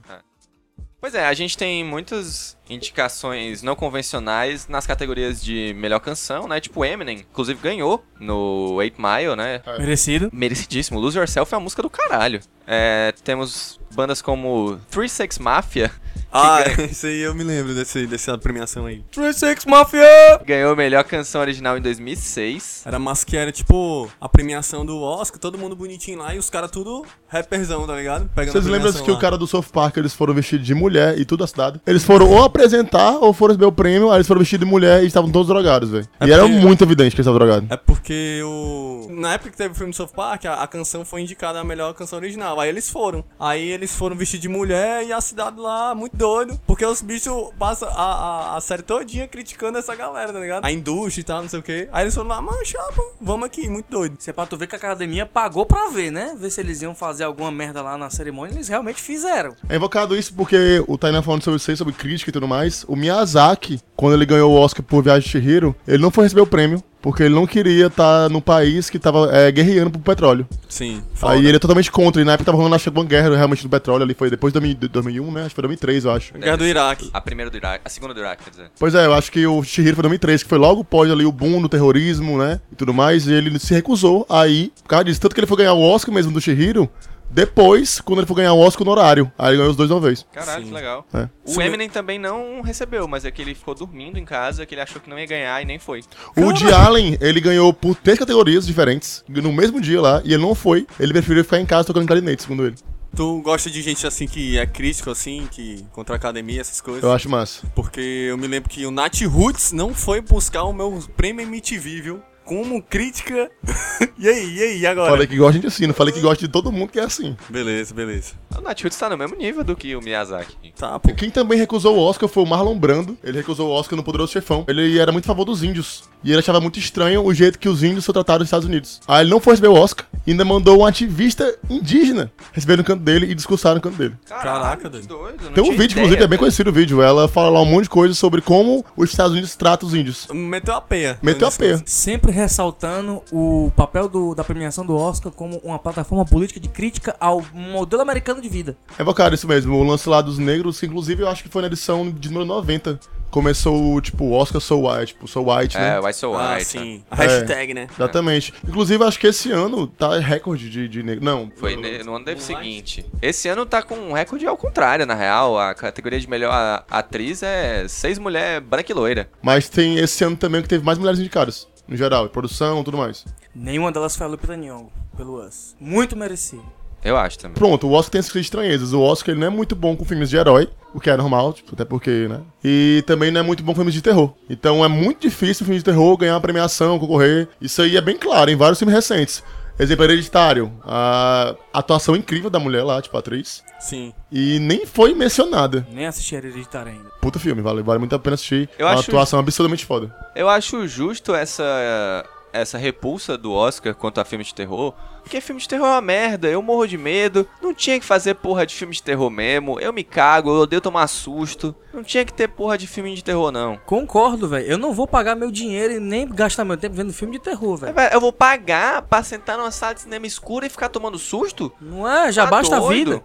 Pois é, a gente tem muitas indicações não convencionais nas categorias de melhor canção, né? Tipo Eminem, inclusive ganhou no 8 Mile, né?
Merecido.
Merecidíssimo. Lose Yourself é uma música do caralho. É, temos bandas como Three Six Mafia,
Ah, isso aí eu me lembro desse, dessa premiação aí.
Three Six Mafia!
que ganhou melhor canção original em 2006.
Era mas que era tipo a premiação do Oscar, todo mundo bonitinho lá e os caras tudo rapperzão, tá ligado? Pegando
Vocês
a
lembram
premiação
que
lá.
o cara do South Park, eles foram vestidos de mulher e tudo a cidade? Eles foram ou apresentar ou foram receber o prêmio, aí eles foram vestidos de mulher e estavam todos drogados, velho.
É
e era
porque-
muito evidente que eles estavam drogados.
É porque o. Na época que teve o filme do South Park, a, a canção foi indicada a melhor canção original. Aí eles foram. Aí eles foram vestidos de mulher e a cidade lá, muito doido. Porque os bichos passam a, a, a série todinha criticando essa galera, tá ligado? A indústria e tal, não sei o quê. Aí eles foram lá, mano, chapa, vamos aqui, muito doido.
Você é pra tu ver que a academia pagou pra ver, né? Ver se eles iam fazer alguma merda lá na cerimônia, eles realmente fizeram.
É invocado isso porque o Tainá falando sobre isso aí, sobre crítica e tudo mais. O Miyazaki, quando ele ganhou o Oscar por Viagem de Chihiro, ele não foi receber o prêmio. Porque ele não queria estar num país que tava é, guerreando pro petróleo.
Sim.
Aí ele é totalmente contra. E na época tava rolando acho que uma guerra realmente do petróleo ali. Foi depois de 2000 de 2001, né? Acho que foi 2003, eu acho.
Guerra É. do Iraque.
A primeira do Iraque, a segunda do Iraque, quer dizer.
Pois é, eu acho que o Chihiro foi 2003, que foi logo pós ali o boom do terrorismo, né? E tudo mais, e ele se recusou aí, por causa disso. Tanto que ele foi ganhar o Oscar mesmo do Chihiro, depois, quando ele foi ganhar o Oscar no horário. Aí ele ganhou os dois de uma vez.
Caralho,
Sim.
que legal.
É.
O Eminem também não recebeu, mas é que ele ficou dormindo em casa, que ele achou que não ia ganhar e nem foi.
O Woody Allen, ele ganhou por três categorias diferentes, no mesmo dia lá, e ele não foi. Ele preferiu ficar em casa tocando clarinete, segundo ele.
Tu gosta de gente assim que é crítico, assim, que contra a academia, essas coisas?
Eu acho massa.
Porque eu me lembro que o Nat Roots não foi buscar o meu prêmio MTV, viu? Como crítica. e aí, e aí, e agora?
Falei que gosta de ensino, falei que gosta de todo mundo que é assim.
Beleza, beleza.
O Nat Hoots tá no mesmo nível do que o Miyazaki.
Tá, pô.
Quem também recusou o Oscar foi o Marlon Brando. Ele recusou o Oscar no Poderoso Chefão. Ele era muito a favor dos índios. E ele achava muito estranho o jeito que os índios são tratados nos Estados Unidos. Aí ele não foi receber o Oscar. E ainda mandou um ativista indígena receber no canto dele e discursar no canto dele.
Caraca,
que
doido.
doido. não
Tem um
tinha
vídeo,
ideia,
inclusive, que é bem
velho.
conhecido o vídeo. Ela fala lá um monte de coisa sobre como os Estados Unidos tratam os índios.
Meteu a peia.
Meteu a pé.
Sempre ressaltando o papel do- da premiação do Oscar como uma plataforma política de crítica ao modelo americano de vida.
É vocado isso mesmo. O lance lá dos negros, que inclusive eu acho que foi na edição de número 90. Começou, tipo, o Oscar Soul White, tipo, Soul White, né?
É, o I So
Ah,
White, né?
sim. A hashtag, né?
Exatamente. Inclusive, acho que esse ano tá recorde de, de negro. Não.
Foi
eu-
ne- no ano
o
deve
Lion-
seguinte. Esse ano tá com um recorde ao contrário, na real. A categoria de melhor a- atriz é seis mulher branca e loira.
Mas tem esse ano também que teve mais mulheres indicadas, no geral, produção e tudo mais.
Nenhuma delas foi a Lupita Nyong'o, pelo Us. Muito merecido.
Eu acho também.
Pronto, o Oscar tem essas estranhezas. O Oscar ele não é muito bom com filmes de herói, o que é normal, tipo, até porque, né? E também não é muito bom com filmes de terror. Então é muito difícil o filme de terror ganhar uma premiação, concorrer. Isso aí é bem claro em vários filmes recentes. Exemplo, Hereditário, a atuação incrível da mulher lá, tipo, a atriz.
Sim.
E nem foi mencionada.
Nem assisti Hereditar ainda.
Puta filme, vale, vale muito a pena assistir.
Eu
uma
acho- um
atuação absurdamente foda.
Eu acho justo essa essa repulsa do Oscar quanto a filme de terror, porque filme de terror é uma merda, eu morro de medo, não tinha que fazer porra de filme de terror mesmo, eu me cago, eu odeio tomar susto, não tinha que ter porra de filme de terror não.
Concordo, velho. Eu não vou pagar meu dinheiro e nem gastar meu tempo vendo filme de terror,
Mas,
velho.
velho, Eu vou pagar pra sentar numa sala de cinema escura e ficar tomando susto?
Não é? Já
Tá
basta a
doido?
vida.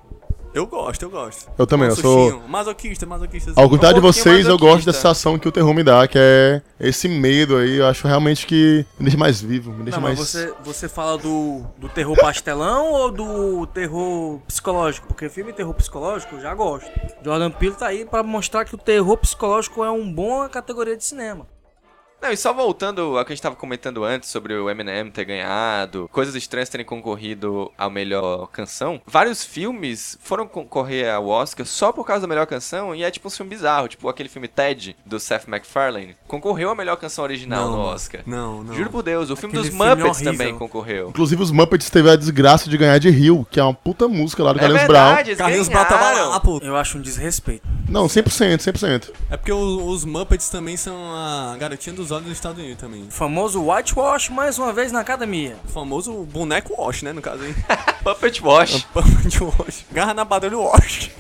Eu gosto, eu gosto.
Eu também,
Um
eu sou-
sustinho. Masoquista, masoquista.
Ao contrário de
pouquinho
vocês, eu gosto
masoquista.
da sensação que o terror me dá, que é esse medo aí. Eu acho realmente que me deixa mais vivo, me deixa
Não, mas
mais.
você, você fala do, do terror pastelão ou do terror psicológico? Porque filme terror psicológico eu já gosto. Jordan Peele tá aí pra mostrar que o terror psicológico é uma boa categoria de cinema.
Não, e só voltando ao que a gente tava comentando antes sobre o Eminem ter ganhado, coisas estranhas terem concorrido à melhor canção, vários filmes foram concorrer ao Oscar só por causa da melhor canção e é tipo um filme bizarro, tipo aquele filme Ted, do Seth MacFarlane, concorreu à melhor canção original no Oscar.
Não, não.
Juro por Deus, o filme
Aquele
dos
filme
Muppets
horrível.
também concorreu.
Inclusive, os Muppets teve a desgraça de ganhar de Rio, que é uma puta música lá do
é
Carlinhos Brown.
verdade, eles
Carlinhos Brown tá tava
ganharam.
lá, pô.
Eu acho um desrespeito.
Não, 100%, 100%.
É porque o- os Muppets também são a garotinha dos olhos dos Estados Unidos também.
O famoso whitewash mais uma vez na academia.
O famoso boneco Wash, né, no caso aí.
Puppet Wash.
Puppet Wash. Garra na barulho Wash.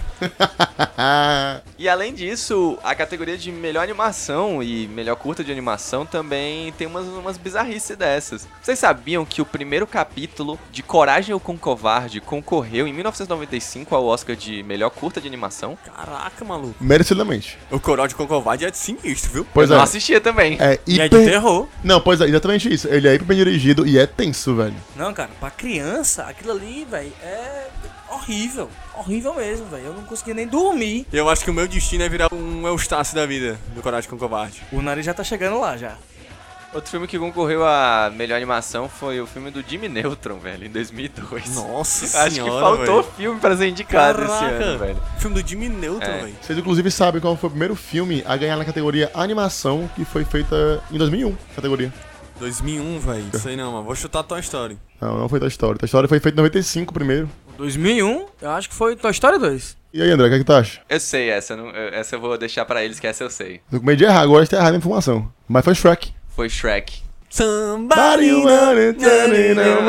Ah,
E além disso, a categoria de melhor animação e melhor curta de animação também tem umas, umas bizarrices dessas. Vocês sabiam que o primeiro capítulo de Coragem ou com Covarde concorreu em 1995 ao Oscar de melhor curta de animação?
Caraca, maluco.
merecidamente.
O coral de Cocovade é sinistro, viu?
Pois
Eu não
é.
assistia também.
É
assim, E
hiper...
é de terror.
Não, pois é, exatamente isso. Ele é hiper bem dirigido e é tenso, velho.
Não, cara, pra criança, aquilo ali, velho, é horrível. Horrível mesmo, velho. Eu não conseguia nem dormir.
Eu acho que o meu destino é virar um Eustácio da vida do Coragem com Covarde.
O nariz já tá chegando lá, já.
Outro filme que concorreu a melhor animação foi o filme do Jimmy Neutron, velho, em 2002.
Nossa
Acho que faltou filme pra ser indicado esse
Caraca.
ano, velho.
Filme do Jimmy Neutron,
É.
velho.
Vocês, inclusive, sabem qual foi o primeiro filme a ganhar na categoria animação, que foi feita em 2001, categoria.
2001, velho. Isso aí não, mano. Vou chutar Toy Story.
Não, não foi Toy Story. Toy Story foi feito em 95 primeiro.
2001, eu acho que foi Toy Story 2.
E aí, André, o que, é que tu acha?
Eu sei essa, eu não- eu- essa eu vou deixar pra eles, que essa eu sei.
Tô com medo de errar, agora de ter errado a informação. Mas foi Shrek.
Foi Shrek.
É,
Somebody wanna tell me now.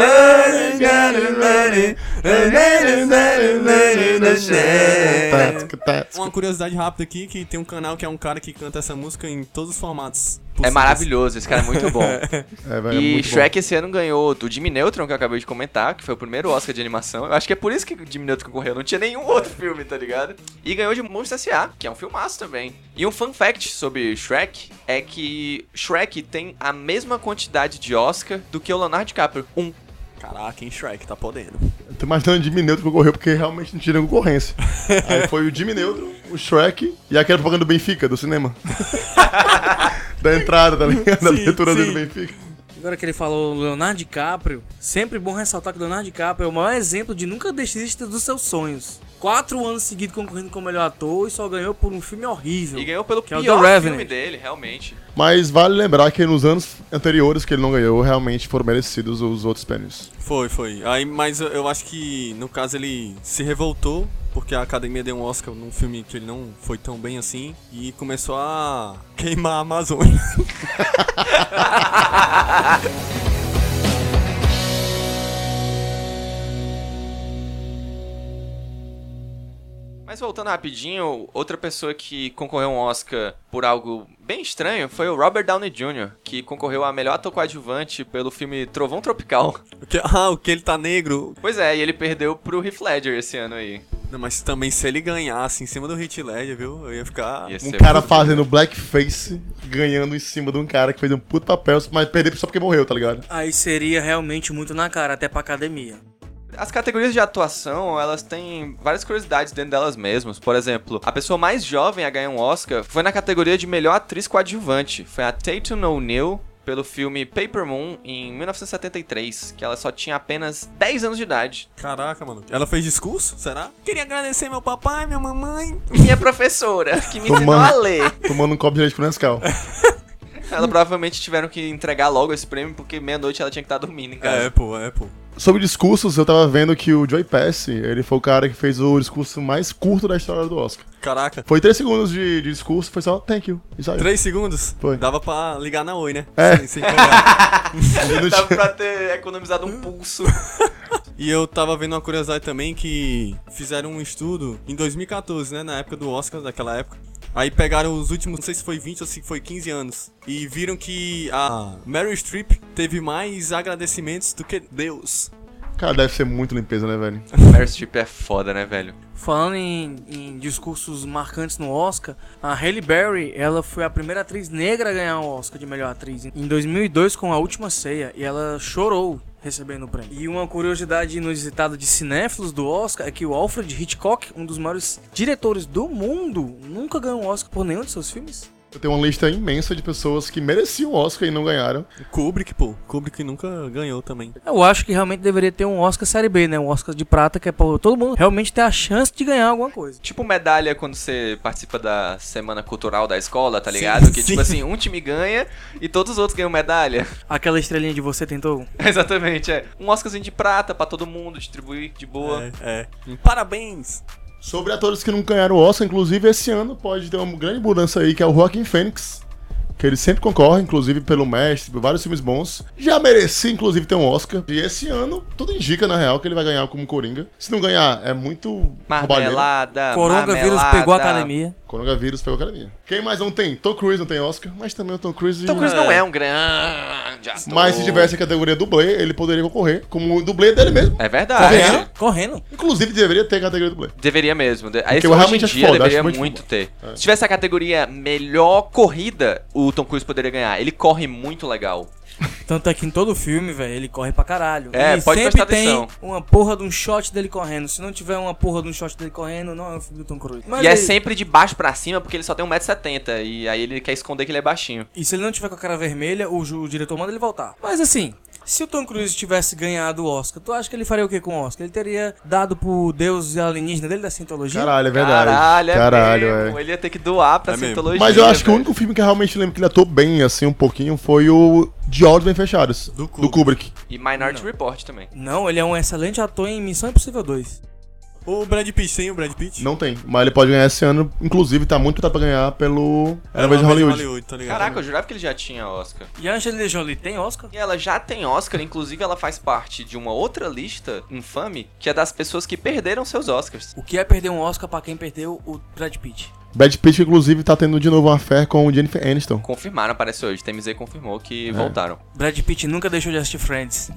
é
Uma curiosidade rápida aqui, que tem um canal que é um cara que canta essa música em todos os formatos.
É
possíveis.
maravilhoso, esse cara é muito bom.
É, velho, é
E
muito bom.
Shrek esse ano ganhou do Jimmy Neutron, que eu acabei de comentar, que foi o primeiro Oscar de animação. Eu acho que é por isso que o Jimmy Neutron concorreu, não tinha nenhum outro filme, tá ligado? E ganhou de Monstros S.A., que é um filmaço também. E um fun fact sobre Shrek é que Shrek tem a mesma quantidade de Oscar do que o Leonardo DiCaprio. Um.
Caraca, hein, Shrek, tá podendo.
Eu Tô imaginando o Jimmy Neutron que ocorreu porque realmente não tinha concorrência. Aí foi o Jimmy Neutron, o Shrek e aquela propaganda do Benfica, do cinema. da entrada, tá ligado? Da
Sim,
abertura dele
sim.
do Benfica.
Agora que ele falou Leonardo DiCaprio, sempre bom ressaltar que Leonardo DiCaprio é o maior exemplo de nunca desista dos seus sonhos. Quatro anos seguidos concorrendo como melhor ator e só ganhou por um filme horrível.
E ganhou pelo
Que é o
pior
The
filme
Revenant.
dele, realmente.
Mas vale lembrar que nos anos anteriores que ele não ganhou, realmente foram merecidos os outros prêmios.
Foi, foi. Aí, mas eu- eu acho que, no caso, ele se revoltou, porque a academia deu um Oscar num filme que ele não foi tão bem assim, e começou a queimar a Amazônia.
Mas voltando rapidinho, outra pessoa que concorreu a um Oscar por algo bem estranho foi o Robert Downey Jr., que concorreu a melhor ator coadjuvante pelo filme Trovão Tropical.
O que- ah, o que ele tá negro.
Pois é, e ele perdeu pro Heath Ledger esse ano aí.
Não, mas também se ele ganhasse em cima do Hit Ledger, viu? Eu ia ficar.
Ia
Um
ser
cara
foda.
fazendo blackface, ganhando em cima de um cara que fez um puto papel, mas perdeu só porque morreu, tá ligado?
Aí seria realmente muito na cara, até pra academia.
As categorias de atuação, elas têm várias curiosidades dentro delas mesmas. Por exemplo, a pessoa mais jovem a ganhar um Oscar foi na categoria de melhor atriz coadjuvante. Foi a Tatum O'Neill pelo filme Paper Moon em 1973, que ela só tinha apenas 10 anos de idade.
Caraca, mano. Ela fez discurso? Será? Queria agradecer meu papai, minha mamãe.
Minha professora, que me ensinou a
Tomando-
ler.
Tomando um copo de leite com Nescau.
Ela provavelmente tiveram que entregar logo esse prêmio, porque meia-noite ela tinha que estar dormindo em casa.
É, pô, é, pô.
Sobre discursos, eu tava vendo que o Joy Pass, ele foi o cara que fez o discurso mais curto da história do Oscar.
Caraca.
Foi 3 segundos de, de discurso, foi só thank you. E saiu.
Três segundos?
Foi.
Dava pra ligar na Oi, né?
É.
Sem- sem cagar.
Ele não
Dava
tinha-
pra ter economizado um pulso.
e eu tava vendo uma curiosidade também que fizeram um estudo em 2014, né? Na época do Oscar, daquela época. Aí pegaram os últimos, não sei se foi 20 ou se foi 15 anos. E viram que a Meryl Streep teve mais agradecimentos do que Deus.
Cara, deve ser muito limpeza, né, velho?
Meryl Streep é foda, né, velho?
Falando em, em discursos marcantes no Oscar, a Halle Berry, ela foi a primeira atriz negra a ganhar o Oscar de melhor atriz em 2002 com A Última Ceia e ela chorou recebendo o prêmio. E uma curiosidade inusitada de cinéfilos do Oscar é que o Alfred Hitchcock, um dos maiores diretores do mundo, nunca ganhou um Oscar por nenhum de seus filmes.
Eu tenho uma lista imensa de pessoas que mereciam o Oscar e não ganharam.
Kubrick, pô. Kubrick nunca ganhou também.
Eu acho que realmente deveria ter um Oscar Série B, né? Um Oscar de prata que é pra todo mundo realmente ter a chance de ganhar alguma coisa.
Tipo medalha quando você participa da semana cultural da escola, tá ligado? que tipo assim, um time ganha e todos os outros ganham medalha.
Aquela estrelinha de você tentou.
Exatamente, é. Um Oscarzinho de prata pra todo mundo, distribuir de boa.
É, é. Parabéns!
Sobre atores que não ganharam o Oscar, inclusive esse ano pode ter uma grande mudança aí, que é o Joaquim Fênix. Que ele sempre concorre, inclusive pelo Mestre, por vários filmes bons. Já merecia, inclusive, ter um Oscar. E esse ano, tudo indica, na real, que ele vai ganhar como Coringa. Se não ganhar, é muito. roubalheira.
Marmelada,
Coronavírus
marmelada.
pegou a academia.
Coronavírus pegou a academia. Quem mais não tem? Tom Cruise não tem Oscar, mas também o Tom Cruise.
Tom Cruise não é um grande ator.
Mas se tivesse a categoria dublê, ele poderia concorrer como o dublê dele mesmo.
É verdade.
Correto.
Correndo.
Inclusive, deveria ter a categoria dublê.
Deveria mesmo. De... Esse
eu
hoje em
realmente acho
dia
foda,
deveria
acho muito
muito
foda. É.
ter. Se tivesse a categoria melhor corrida, o Tom Cruise poderia ganhar. Ele corre muito legal.
Tanto é que em todo filme, velho, ele corre pra caralho.
É,
Ele
pode
sempre
prestar
tem
atenção.
uma porra de um shot dele correndo. Se não tiver uma porra de um shot dele correndo, não é um filme do Tom Cruise. Mas
e é
ele-
sempre de baixo pra cima, porque ele só tem 1,70m. E aí ele quer esconder que ele é baixinho.
E se ele não tiver com a cara vermelha, o, ju- o diretor manda ele voltar. Mas assim, se o Tom Cruise tivesse ganhado o Oscar, tu acha que ele faria o que com o Oscar? Ele teria dado pro Deus e alienígena dele da cientologia?
Caralho, é verdade.
Caralho, é
Caralho,
mesmo.
é.
Ele ia ter que doar pra
É mesmo.
cientologia.
Mas eu acho que o
velho.
único filme que eu realmente lembro que ele atuou bem, assim, um pouquinho, foi o De Olhos Bem Fechados,
Do
do
Kubrick.
Kubrick.
E Minority Report também.
Não, ele é um excelente ator em Missão Impossível 2.
O Brad Pitt tem o Brad Pitt?
Não tem, mas ele pode ganhar esse ano, inclusive tá muito cotado pra ganhar pelo Era Uma Vez em
Uma
Hollywood.
tá ligado?
Caraca, eu jurava que ele já tinha Oscar.
E a Angelina Jolie tem Oscar?
E ela já tem Oscar, inclusive ela faz parte de uma outra lista infame, que é das pessoas que perderam seus Oscars.
O que é perder um Oscar pra quem perdeu o Brad Pitt?
Brad Pitt, inclusive, tá tendo de novo uma fé com Jennifer Aniston.
Confirmaram, parece hoje. TMZ confirmou
É.
que voltaram.
Brad Pitt nunca deixou de assistir Friends.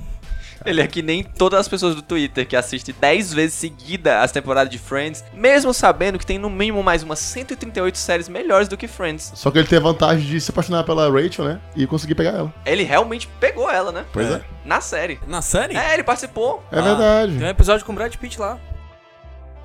Ele é que nem todas as pessoas do Twitter que assistem 10 vezes seguida as temporadas de Friends, mesmo sabendo que tem no mínimo mais umas 138 séries melhores do que Friends.
Só que ele tem a vantagem de se apaixonar pela Rachel, né? E conseguir pegar ela.
Ele realmente pegou ela, né?
Pois é.
Na série.
Na série?
É, ele participou.
É
Ah,
verdade.
Tem um episódio com o Brad Pitt lá.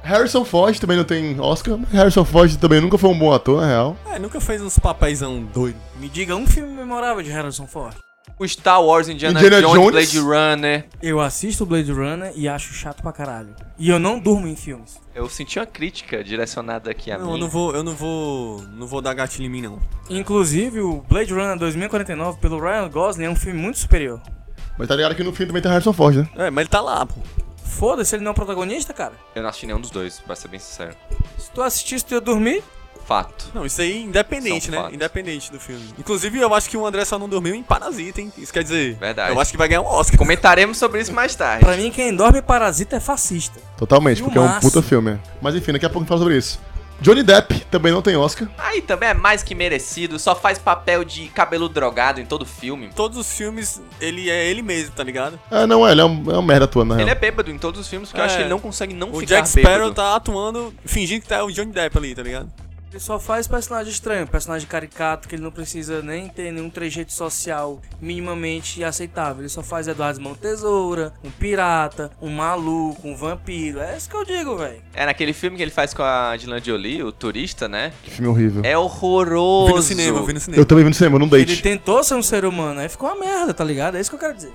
Harrison Ford também não tem Oscar, mas Harrison Ford também nunca foi um bom ator, na real.
É, nunca fez uns papaizão doido.
Me diga um filme memorável de Harrison Ford.
O Star Wars, Indiana,
Indiana
Jones,
Jones?
Blade Runner.
Eu assisto Blade Runner e acho chato pra caralho. E eu não durmo em filmes.
Eu senti uma crítica direcionada aqui a
Não, eu
mim.
não vou, eu não vou, não vou dar gatilho em mim não.
Inclusive, o Blade Runner 2049 pelo Ryan Gosling é um filme muito superior.
Mas tá ligado que no filme também tem Harrison Ford, né?
É, mas ele tá lá, pô.
Foda-se, ele não é o protagonista, cara.
Eu não assisti nenhum dos dois, pra ser bem sincero.
Se tu assistisse, tu ia dormir.
Fato.
Não, isso aí independente,
São
né?
fatos.
Independente do filme. Inclusive, eu acho que o André só não dormiu em Parasita, hein? Isso quer dizer,
Verdade.
eu acho que vai ganhar um Oscar.
Comentaremos sobre isso mais tarde.
Pra mim, quem dorme parasita é fascista.
Totalmente, porque é um
Filmaço.
puta filme. Mas enfim, daqui a pouco a gente fala sobre isso. Johnny Depp também não tem Oscar.
Aí também é mais que merecido, só faz papel de cabelo drogado em todo filme.
Todos os filmes, ele é ele mesmo, tá ligado?
Ah, não, ele é um, é um merda atuando, na
Ele é
real.
bêbado em todos os filmes, porque eu
É.
acho que ele não consegue não
O
ficar
Jack Sparrow
bêbado.
tá atuando, fingindo que tá o Johnny Depp ali, tá ligado?
Ele só faz personagem estranho, personagem caricato, que ele não precisa nem ter nenhum trejeito social minimamente aceitável. Ele só faz Eduardo Mão Tesoura, um pirata, um maluco, um vampiro. É isso que eu digo, velho.
É naquele filme que ele faz com a Angelina Jolie, o turista, né?
Que filme horrível.
É
Eu
horroroso.
vi no cinema, eu vi no cinema.
Eu também vi no cinema, num
Ele
date.
tentou ser um ser humano, aí ficou uma merda, tá ligado? É isso que eu quero dizer.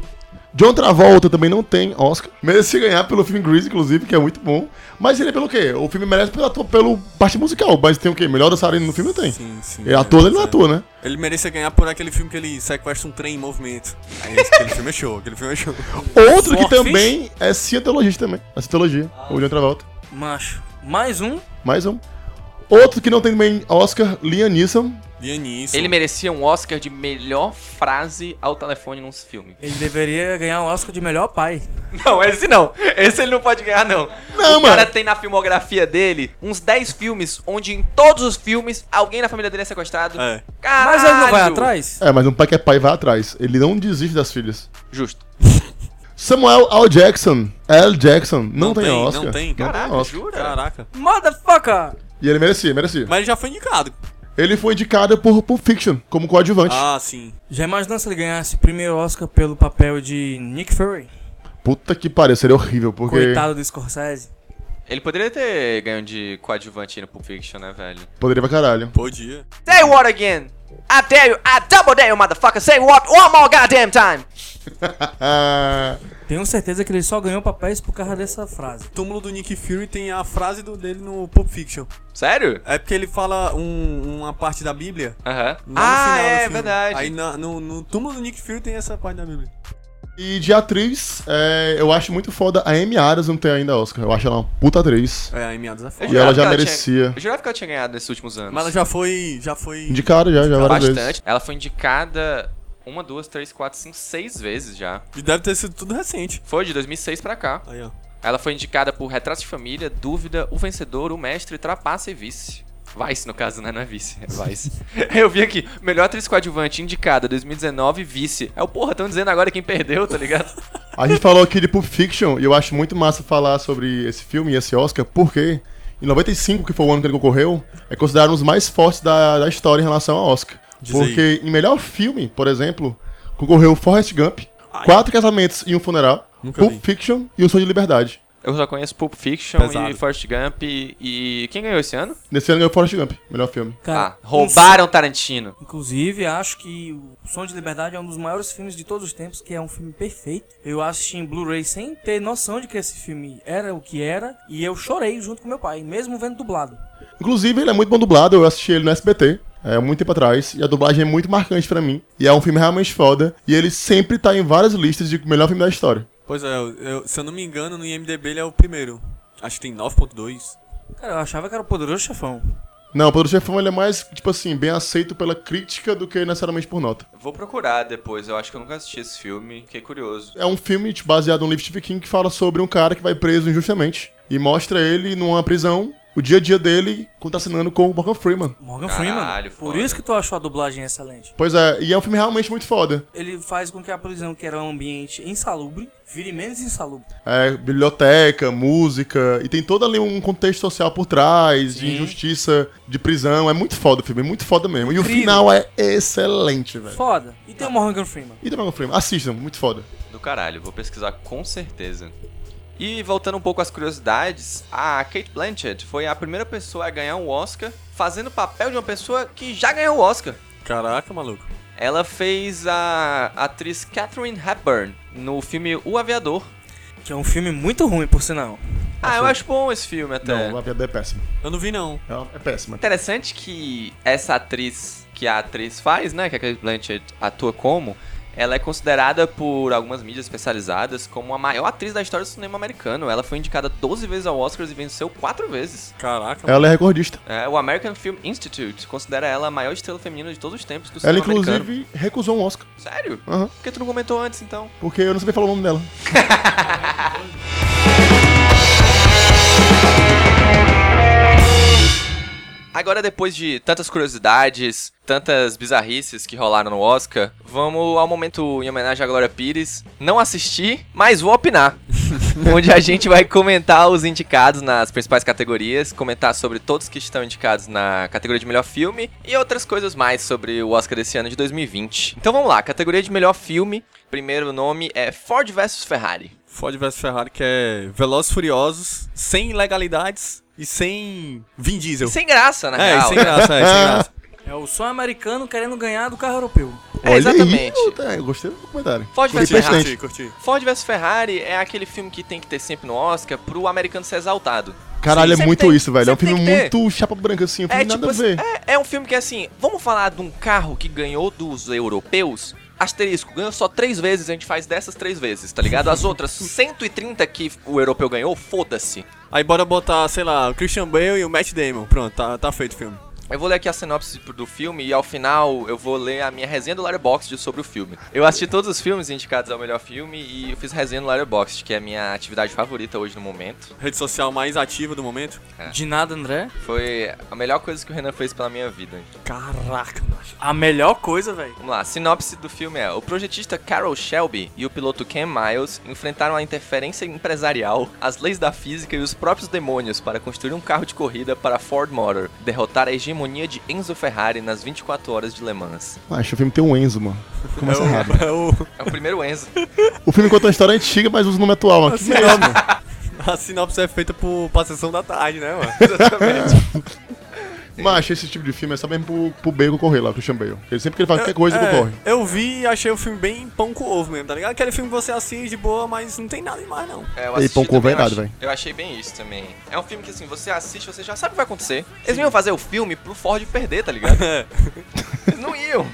John Travolta também não tem Oscar. Merece ganhar pelo filme Grease, inclusive, que é muito bom. Mas ele é pelo quê? O filme merece pela atua- pelo parte musical. Mas tem o quê? Melhor dançarino no filme não tem.
Sim, sim.
Ele atua, ele não
é.
atua, né?
Ele merecia ganhar por aquele filme que ele sequestra um trem em movimento. Aí, esse- aquele filme é show, aquele filme é show.
Outro que
Swordfish?
também é cientologista também. A cientologia, o John Travolta.
Macho. Mais um.
Mais um. Outro que não tem também Oscar, Liam Neeson.
Lianisson.
Ele merecia um Oscar de melhor frase ao telefone num filme.
Ele deveria ganhar o Oscar de melhor pai.
Não, esse não. Esse ele não pode ganhar, não.
Não,
o cara
mano.
tem na filmografia dele uns 10 filmes, onde em todos os filmes alguém na família dele é sequestrado.
É.
Caralho!
Mas ele não vai atrás?
É, mas um pai que é pai vai atrás. Ele não desiste das filhas.
Justo.
Samuel L. Jackson. L. Jackson. Não,
Não
tem,
tem, não
Oscar.
tem.
Caraca,
Oscar.
jura?
Caraca.
Motherfucker!
E ele merecia, merecia.
Mas ele já foi indicado.
Ele foi indicado por Pulp Fiction como coadjuvante.
Ah, sim.
Já imaginou se ele ganhasse o primeiro Oscar pelo papel de Nick Fury?
Puta que pariu, seria horrível, porque.
Coitado do Scorsese.
Ele poderia ter ganho de coadjuvante aí no Pulp Fiction, né, velho?
Poderia pra caralho.
Podia.
Say what again? I tell you, I double dare you, motherfucker. Say what one more goddamn time.
Ah,
Tenho certeza que ele só ganhou papéis por causa dessa frase.
Túmulo do Nick Fury tem a frase do, dele no Pulp Fiction.
Sério?
É porque ele fala um- uma parte da Bíblia.
Aham.
lá no
Ah,
final do
é
filme.
verdade.
Aí na- no, no túmulo do Nick Fury tem essa parte da Bíblia.
E de atriz, é, eu acho muito foda a Amy Adams não ter ainda Oscar. Eu acho ela uma puta atriz.
É, em meados da fé.
Eu
E
jurava
ela já
que tinha-
merecia.
eu jurava que ela tinha ganhado nesses últimos anos.
Mas ela já foi. Já foi.
Indicado já, já várias
Bastante.
vezes.
Ela foi indicada uma, duas, três, quatro, cinco, seis vezes já.
E deve ter sido tudo recente.
Foi de 2006 pra cá.
Aí, ó.
Ela foi indicada por Retratos de Família, Dúvida, O Vencedor, O Mestre, Trapaça e Vice. Vice, no caso, né? Não é vice, é Vice. Eu vi aqui, melhor atriz coadjuvante indicada 2019, vice. É o porra, estão dizendo agora quem perdeu, tá ligado?
A gente falou aqui de Pulp Fiction e eu acho muito massa falar sobre esse filme e esse Oscar, porque em 95, que foi o ano que ele concorreu, é considerado um dos mais fortes da, da história em relação ao Oscar.
Diz aí.
porque em melhor filme, por exemplo, concorreu Forrest Gump, Quatro Casamentos e um Funeral,
Nunca
Pulp
vi.
Fiction e O Sonho de Liberdade.
Eu só conheço Pulp Fiction
Pesado.
e Forrest Gump e, e Quem ganhou esse ano?
Nesse ano ganhou Forrest Gump, melhor filme.
Cara,
ah, roubaram Tarantino.
um- Inclusive, acho que O Som de Liberdade é um dos maiores filmes de todos os tempos, que é um filme perfeito. Eu assisti em Blu-ray sem ter noção de que esse filme era o que era, e eu chorei junto com meu pai, mesmo vendo dublado.
Inclusive, ele é muito bom dublado, eu assisti ele no SBT. É muito tempo atrás, e a dublagem é muito marcante pra mim. E é um filme realmente foda. E ele sempre tá em várias listas de melhor filme da história.
Pois é, eu- eu- se eu não me engano, no IMDB ele é o primeiro. Acho que tem 9.2.
Cara, eu achava que era o Poderoso Chefão.
Não, o Poderoso Chefão ele é mais, tipo assim, bem aceito pela crítica do que necessariamente por nota.
Vou procurar depois, eu acho que eu nunca assisti esse filme, fiquei curioso.
É um filme tipo, baseado no livro de Stephen King que fala sobre um cara que vai preso injustamente. E mostra ele numa prisão, o dia a dia dele, contracenando com o Morgan Freeman.
Morgan
Caralho,
Freeman. Por
foda.
isso que tu achou a dublagem excelente.
Pois é, e é um filme realmente muito foda.
Ele faz com que a prisão, que era um ambiente insalubre, vire menos insalubre.
É, biblioteca, música, e tem todo ali um contexto social por trás, de injustiça, de prisão. É muito foda o filme, é muito foda mesmo. E o
Incrível.
final é excelente, velho.
Foda. E tem o Morgan Freeman.
E do Morgan Freeman, assistam, muito foda.
Do caralho, vou pesquisar com certeza. E voltando um pouco às curiosidades, a Kate Blanchett foi a primeira pessoa a ganhar um Oscar fazendo o papel de uma pessoa que já ganhou o Oscar.
Caraca, maluco.
Ela fez a atriz Catherine Hepburn no filme O Aviador.
Que é um filme muito ruim, por sinal.
Ah, eu acho bom esse filme até.
Não, a piada é péssima.
Eu não vi, não.
É, uma- é péssima.
Interessante que essa atriz que a atriz faz, né, que a Kate Blanchett atua como, ela é considerada por algumas mídias especializadas como a maior atriz da história do cinema americano. Ela foi indicada 12 vezes ao Oscar e venceu 4 vezes.
Caraca,
Ela é recordista.
É, o American Film Institute considera ela a maior estrela feminina de todos os tempos do cinema
Ela, inclusive,
americano.
recusou um Oscar.
Sério?
Aham.
Por que tu não comentou antes, então?
Porque eu não sabia falar o nome dela.
Agora, depois de tantas curiosidades, tantas bizarrices que rolaram no Oscar, vamos ao momento em homenagem à Glória Pires. Não assisti, mas vou opinar. onde a gente vai comentar os indicados nas principais categorias, comentar sobre todos que estão indicados na categoria de melhor filme e outras coisas mais sobre o Oscar desse ano de 2020. Então vamos lá, categoria de melhor filme. Primeiro nome é Ford vs Ferrari.
Ford vs Ferrari que é Velozes e Furiosos, sem ilegalidades e sem Vin Diesel.
Sem graça, na
é, e
real.
sem graça, é, sem graça.
É o sonho americano querendo ganhar do carro europeu.
É,
Olha aí,
exatamente.
eu- é, eu gostei do comentário.
Ford vs
Gostei
Ferrari.
bastante.
Curti, curti.
Ford vs Ferrari é aquele filme que tem que ter sempre no Oscar pro americano ser exaltado.
Caralho,
Sempre
é muito
tem-
isso, velho. É um
sempre
filme
tem que ter.
muito chapa branca, assim. Um filme
É
nada
tipo
a
assim,
ver.
é, é um filme que é assim, vamos falar de um carro que ganhou dos europeus? Asterisco, ganhou só três vezes, a gente faz dessas três vezes, tá ligado? As outras 130 que o europeu ganhou, foda-se.
Aí bora botar, sei lá, o Christian Bale e o Matt Damon. Pronto, tá, tá feito o filme.
Eu vou ler aqui a sinopse do filme e ao final eu vou ler a minha resenha do Letterboxd sobre o filme. Eu assisti todos os filmes indicados ao melhor filme e eu fiz resenha no Letterboxd, que é a minha atividade favorita hoje no momento.
Rede social mais ativa do momento.
É.
De nada, André.
Foi a melhor coisa que o Renan fez pela minha vida.
Caraca, macho. A melhor coisa, velho.
Vamos lá, a sinopse do filme é: o projetista Carol Shelby e o piloto Ken Miles enfrentaram a interferência empresarial, as leis da física e os próprios demônios para construir um carro de corrida para a Ford Motor, derrotar a hegemonia de Enzo Ferrari nas 24 horas de Le Mans.
Acho que o filme tem um Enzo, mano. Começa errado.
É o,
É o primeiro Enzo.
O filme conta uma história antiga, mas usa o nome atual, mano. Que melhor, mano.
a sinopse é feita por, pra sessão da tarde, né, mano?
Exatamente. Assim.
Macho, esse tipo de filme é só mesmo pro, pro Bacon correr lá, pro Chambeio. Ele sempre que ele faz qualquer coisa,
É,
ele concorre.
Eu vi e achei o filme bem pão com ovo mesmo, tá ligado? Aquele filme que você assiste de boa, mas não tem nada demais, não.
É, eu
E
assisti
Pão com
também, eu
verdade,
achei-
véi.
Eu achei bem isso também. É um filme que, assim, você assiste, você já sabe o que vai acontecer. Eles não iam fazer o filme pro Ford perder, tá ligado?
É,
Eles não iam.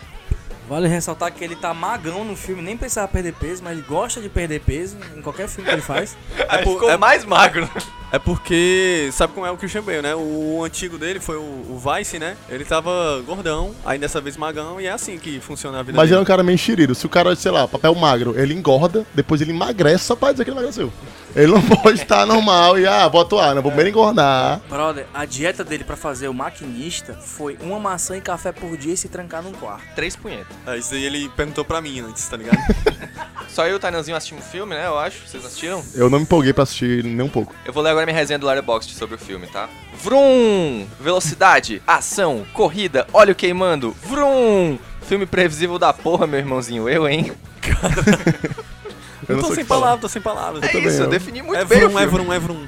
Vale ressaltar que ele tá magão no filme, nem precisava perder peso, mas ele gosta de perder peso em qualquer filme que ele faz.
Aí
por-
ficou
é-
mais magro.
É porque, sabe como é o Christian Bale, né? O antigo dele foi o, o Vice, né? Ele tava gordão, aí dessa vez magão, e é assim que funciona a vida
Mas ele é
dele.
um cara meio enxerido. Se o cara, sei lá, papel magro, ele engorda, depois ele emagrece só pra dizer que ele emagreceu. Ele não pode estar normal e, ah, vou atuar,
É.
não, vou primeiro engordar.
Brother, a dieta dele pra fazer o maquinista foi uma maçã e café por dia e se trancar num quarto.
Três punhetas.
É, isso aí ele perguntou pra mim antes, tá ligado?
Só eu e o Tainanzinho assistimos o filme, né? Eu acho. Vocês assistiram?
Eu não me empolguei pra assistir nem um pouco.
Eu vou ler agora minha resenha do Letterboxd sobre o filme, tá? Vrum! Velocidade, ação, corrida, óleo queimando. Vrum! Filme previsível da porra, meu irmãozinho. Eu, hein?
Eu não sei o
tô Então, sem
que falar.
palavras, tô sem palavras.
É
também,
isso, eu
eu.
defini muito
é
bem o
vrum,
filme.
é vrum, é vrum.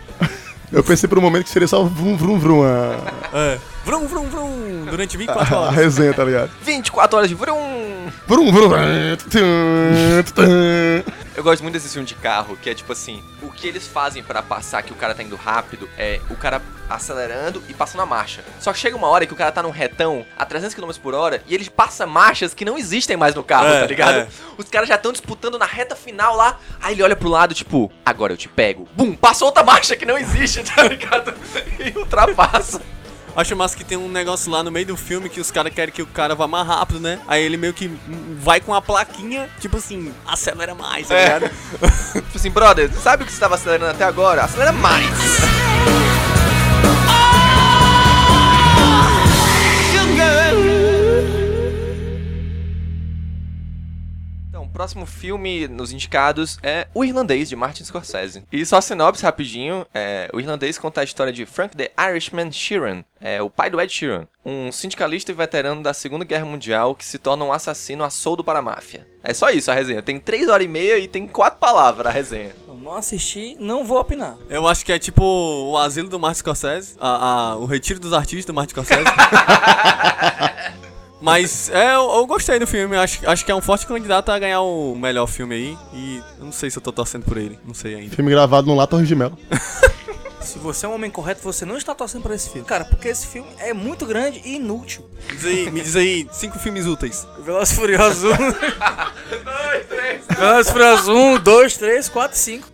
Eu pensei por um momento que seria só vrum, vrum, vrum a,
É. Vrum, vrum, vrum. Durante 24
a
horas.
resenha, tá ligado?
24 horas de vrum!
Vrum, vrum. tum, tum, tum.
Eu gosto muito desse filme de carro, que é tipo assim, o que eles fazem pra passar que o cara tá indo rápido é o cara acelerando e passando a marcha. Só que chega uma hora que o cara tá num retão a 300 km por hora e ele passa marchas que não existem mais no carro,
É,
tá ligado?
é.
Os caras já estão disputando na reta final lá, aí ele olha pro lado, tipo, agora eu te pego. Bum, passou outra marcha que não existe, tá ligado? E ultrapassa.
Acho massa que tem um negócio lá no meio do filme que os caras querem que o cara vá mais rápido, né? Aí ele meio que hum, vai com a plaquinha, tipo assim, acelera mais, tá
É.
ligado?
Tipo assim, brother, sabe o que você tava acelerando até agora? Acelera mais! Então, o próximo filme nos indicados é O Irlandês, de Martin Scorsese. E só a sinopse rapidinho, é, O Irlandês conta a história de Frank the Irishman Sheeran, é, o pai do Ed Sheeran, um sindicalista e veterano da Segunda Guerra Mundial que se torna um assassino a soldo para a máfia. É só isso a resenha, tem 3 horas e meia e tem quatro palavras a resenha.
Eu não assisti, não vou opinar.
Eu acho que é tipo o asilo do Martin Scorsese, a- a- o retiro dos artistas do Martin Scorsese. Mas é, eu, eu gostei do filme, acho, acho que é um forte candidato a ganhar o melhor filme aí. E eu não sei se eu tô torcendo por ele, não sei ainda.
Filme gravado no Lá Torre de Melo.
Se você é um homem correto, você não está torcendo pra esse filme. Cara, porque esse filme é muito grande e inútil.
Me diz aí, me diz aí cinco filmes úteis.
Velozes e Furiosos 1. 2, 3. Velozes e um, Furiosos 1, 2, 3, 4, 5.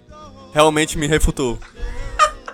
Realmente me refutou.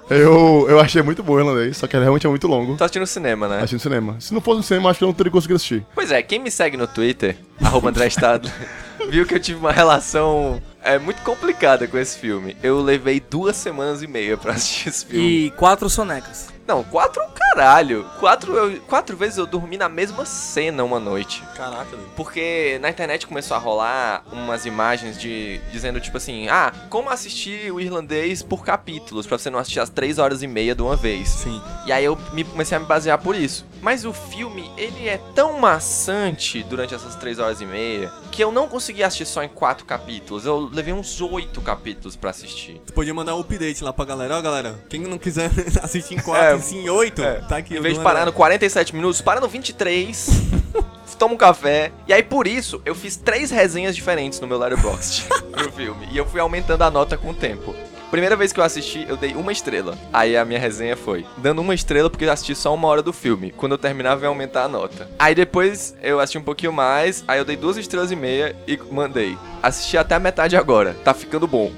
Eu, eu achei muito bom o irlandês, só que ele realmente é muito longo.
Tá assistindo no cinema, né?
Achei no cinema. Se não fosse no cinema, acho que eu não teria conseguido assistir.
Pois é, quem me segue no Twitter, arroba André Estado, viu que eu tive uma relação é, muito complicada com esse filme. Eu levei duas semanas e meia pra assistir esse filme.
E um. 4 sonecas.
Não, quatro é um caralho. Quatro, eu- quatro vezes eu dormi na mesma cena uma noite.
Caraca, velho.
Porque na internet começou a rolar umas imagens de dizendo tipo assim, ah, como assistir o irlandês por capítulos, pra você não assistir as três horas e meia de uma vez.
Sim.
E aí eu me- comecei a me basear por isso. Mas o filme, ele é tão maçante durante essas três horas e meia que eu não consegui assistir só em quatro capítulos. Eu levei uns oito capítulos pra assistir.
Tu podia mandar um update lá pra galera. Ó, galera, quem não quiser assistir em quatro,
É,
sim, em oito,
é.
tá aqui.
Em
eu
vez de
dou
parar
uma-
no 47 minutos, para no 23. Toma um café. E aí, por isso, eu fiz três resenhas diferentes no meu Letterboxd pro filme. E eu fui aumentando a nota com o tempo. Primeira vez que eu assisti, eu dei uma estrela. Aí a minha resenha foi, dando uma estrela porque eu assisti só uma hora do filme. Quando eu terminava, eu ia aumentar a nota. Aí depois eu assisti um pouquinho mais, aí eu dei duas estrelas e meia e mandei. Assisti até a metade agora, tá ficando bom.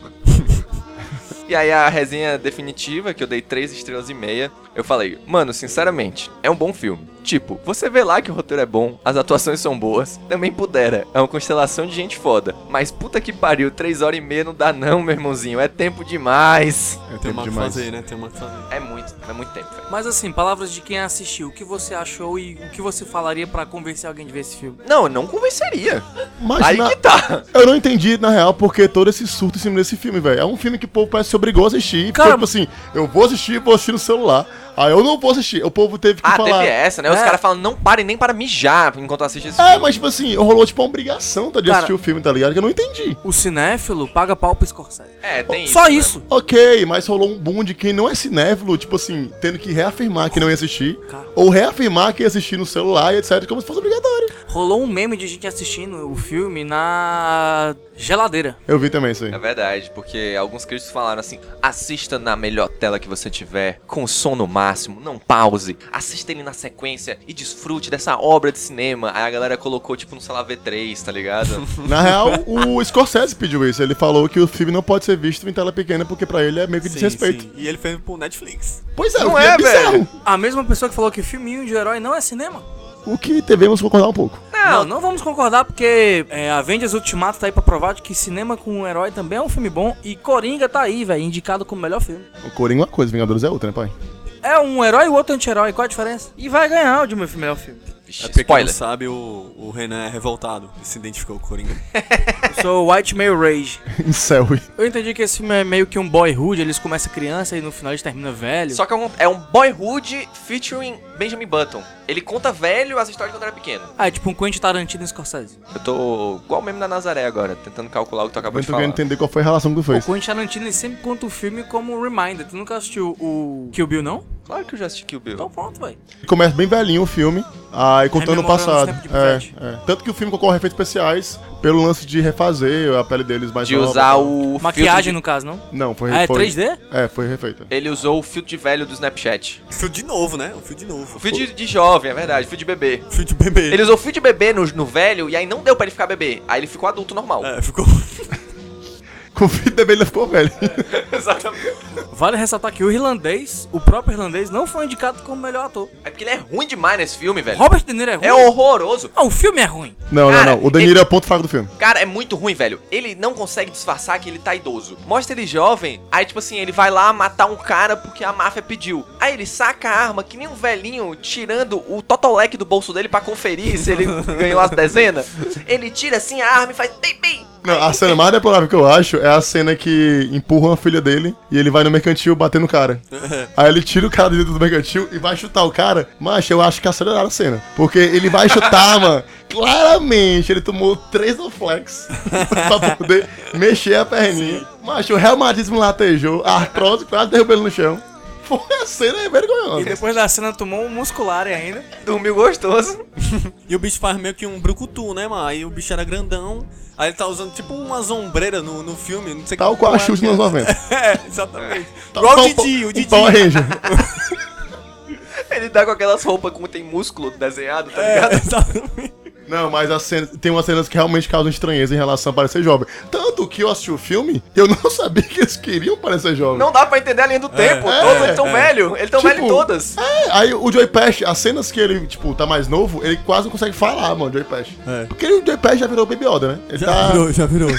E aí a resenha definitiva, que eu dei três estrelas e meia, eu falei, mano, sinceramente, é um bom filme. Tipo, você vê lá que o roteiro é bom, as atuações são boas, também pudera. É uma constelação de gente foda. Mas puta que pariu, três horas e meia não dá não, meu irmãozinho. É tempo demais.
É
Tem
tempo
uma que
demais.
fazer, né? Tem uma que fazer.
É muito, é muito tempo, velho.
Mas assim, palavras de quem assistiu, o que você achou e o que você falaria pra convencer alguém de ver esse filme?
Não, eu não convenceria.
Mas
Aí
na-
que tá.
eu não entendi, na real, porque todo esse surto em cima desse filme, velho. É um filme que o povo parece que se obrigou a assistir. Foi
Cara-
tipo assim, eu vou assistir, vou assistir no celular. Aí eu não vou assistir. O povo teve que
Ah,
falar.
teve essa, né? Os
É.
caras falam, não parem nem para mijar enquanto assiste esse
É,
filme.
mas tipo assim, rolou tipo uma obrigação, tá, de
Cara-
assistir o filme, tá ligado? Que eu não entendi.
O cinéfilo paga pau pro Scorsese.
É, tem
Só
né?
isso.
Ok, mas rolou um boom de quem não é cinéfilo, tipo assim, tendo que reafirmar que não ia assistir.
Cara.
Ou reafirmar que ia assistir no celular e etc, como se fosse obrigatório.
Rolou um meme de gente assistindo o filme na geladeira.
Eu vi também isso aí.
É verdade, porque alguns críticos falaram assim: assista na melhor tela que você tiver, com som no máximo, não pause, assista ele na sequência e desfrute dessa obra de cinema. Aí a galera colocou, tipo, no sei lá, V3, tá ligado?
Na real, o Scorsese pediu isso. Ele falou que o filme não pode ser visto em tela pequena porque pra ele é meio que desrespeito.
E ele fez pro Netflix.
Pois é,
Não
o que é,
é,
bizarro.
velho?
A mesma pessoa que falou que filminho de herói não é cinema.
O que devemos concordar um pouco.
Não, não vamos concordar porque é, Avengers Ultimato tá aí pra provar de que cinema com um herói também é um filme bom e Coringa tá aí, velho, indicado como melhor filme.
O Coringa é uma coisa, Vingadores é outra, né, pai?
É um herói e o outro é anti-herói, qual a diferença? E vai ganhar o de meu filme, melhor filme.
Vixe,
É porque quem não
spoiler.
sabe, o, o Renan é revoltado. Ele se identificou com o Coringa.
Eu sou o White Male Rage.
em céu.
Eu entendi que esse filme é meio que um boyhood, eles começam criança e no final eles terminam velho.
Só que é um, é um boyhood featuring Benjamin Button. Ele conta velho as histórias quando era pequeno.
Ah, é tipo um Quentin Tarantino e Scorsese.
Eu tô igual mesmo da Nazaré agora, tentando calcular o que tu acabou
Eu
de
tô
falar.
querendo entender qual foi a relação que tu
O
fez.
Quentin Tarantino ele sempre conta o filme como um reminder. Tu nunca assistiu o Kill Bill, não?
Claro que eu já assisti Kill Bill.
Então pronto, velho.
Começa bem velhinho o filme, aí contando o
Rememorando
passado.
os tempos de frente.
É, é. Tanto que o filme concorre a efeitos especiais pelo lance de refazer a pele deles mais
de
nova.
usar o
Maquiagem,
filtro
no caso, não?
Não, foi
Ah, é
foi-
3D?
É, foi refeita.
de- Ele usou o filtro de velho do Snapchat.
O fio de novo, né? O fio de novo.
O fio de, de jovem, é verdade, fio de bebê.
O fio de bebê.
Ele usou fio de bebê no, no velho e aí não deu pra ele ficar bebê. Aí ele ficou adulto normal.
É, ficou.
Com o filho da Bela ficou velho.
Exatamente.
Vale ressaltar que o irlandês, o próprio irlandês, não foi indicado como melhor ator.
É porque ele é ruim demais nesse filme, velho.
Robert De Niro é ruim?
É horroroso.
Ah, o filme é ruim.
Não, não,
Cara,
não. O Danilo é o ponto fraco do filme.
Cara, é muito ruim, velho. Ele não consegue disfarçar que ele tá idoso. Mostra ele jovem, aí tipo assim, ele vai lá matar um cara porque a máfia pediu. Aí ele saca a arma que nem um velhinho tirando o totolec do bolso dele pra conferir se ele ganhou as dezenas. Ele tira assim a arma e faz bem, bem.
Não, a cena mais deplorável que eu acho é a cena que empurram a filha dele e ele vai no mercantil bater no cara. Aí ele tira o cara de dentro do mercantil e vai chutar o cara. Mas eu acho que aceleraram a cena. Porque ele vai chutar, mano. Claramente, ele tomou três no flex pra poder mexer a perninha. Mas o reumatismo latejou, a artrose quase derrubou ele no chão. Foi a cena
E
vergonhosa.
depois da cena tomou um muscular ainda.
Dormiu gostoso.
E o bicho faz meio que um brucutu, né, mano? Aí o bicho era grandão. Aí ele tá usando tipo umas ombreiras no, no filme. Não sei
Tal qual a chute nos anos 90.
É, exatamente.
Tal
Igual
qual
o Didi,
Po-
o Didi. É,
Power Ranger.
Ele tá com aquelas roupas como tem músculo desenhado, tá ligado?
É, exatamente.
Não, mas as cenas- tem umas cenas que realmente causam estranheza em relação a parecer jovem. Tanto que eu assisti o filme, eu não sabia que eles queriam parecer jovem.
Não dá pra entender a linha do tempo. Todos eles tão velho. Ele tão
Tipo,
velho em todas.
É, aí o Joy Pash, as cenas que ele, tipo, tá mais novo, ele quase não consegue falar, mano, Joy Pash.
É.
Porque o Joy Pash já virou Baby Yoda, né? Ele, tá,
já virou.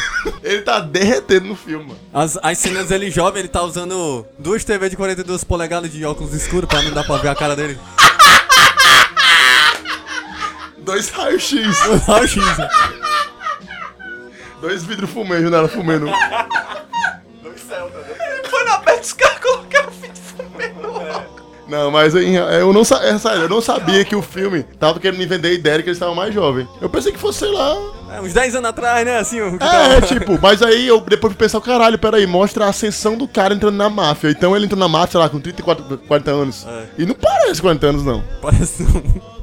ele tá derretendo no filme, mano.
As, as cenas dele jovem, ele tá usando duas TV de 42 polegadas de óculos escuros pra não dar pra ver a cara dele.
Dois raios-x,
Raio X, né?
dois vidros fumê, janela fumendo.
Ele foi na Betscar colocar o fim fumando.
Não, mas em- eu não, sa- é, sério, eu não sabia que o filme tava querendo me vender a ideia de que eles estavam mais jovens. Eu pensei que fosse, sei lá,
É, uns 10 anos atrás, né? Assim, o que
É, é, tipo, mas aí eu depois fui pensar, caralho, peraí, mostra a ascensão do cara entrando na máfia. Então ele entrou na máfia, sei lá, com 34, 40 anos.
É.
E não parece 40 anos, não.
Parece um.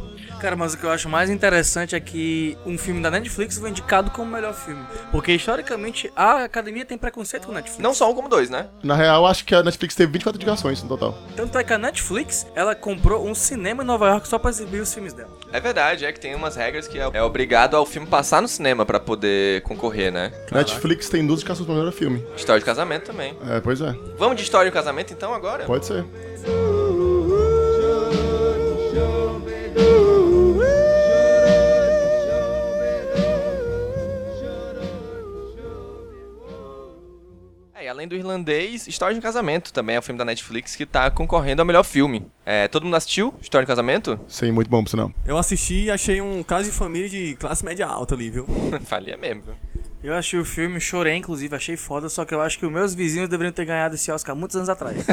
Cara, mas o que eu acho mais interessante é que um filme da Netflix foi indicado como melhor filme. Porque historicamente a academia tem preconceito com Netflix.
Não só um como dois, né?
Na real, acho que a Netflix teve 24 indicações no total.
Tanto é que a Netflix, ela comprou um cinema em Nova York só pra exibir os filmes dela.
É verdade, é que tem umas regras que é é obrigado ao filme passar no cinema pra poder concorrer, né?
Netflix tem duas indicações pro melhor filme.
História de casamento também.
É, pois é.
Vamos de história de casamento então agora?
Pode ser.
É, além do irlandês, História de um Casamento também é um filme da Netflix que tá concorrendo ao melhor filme. É, todo mundo assistiu História de um Casamento?
Sim, muito bom, por sinal.
Eu assisti e achei um caso de família de classe média alta ali, viu?
Falia mesmo. viu?
Eu achei o filme, chorei, inclusive, achei foda, só que eu acho que os meus vizinhos deveriam ter ganhado esse Oscar muitos anos atrás.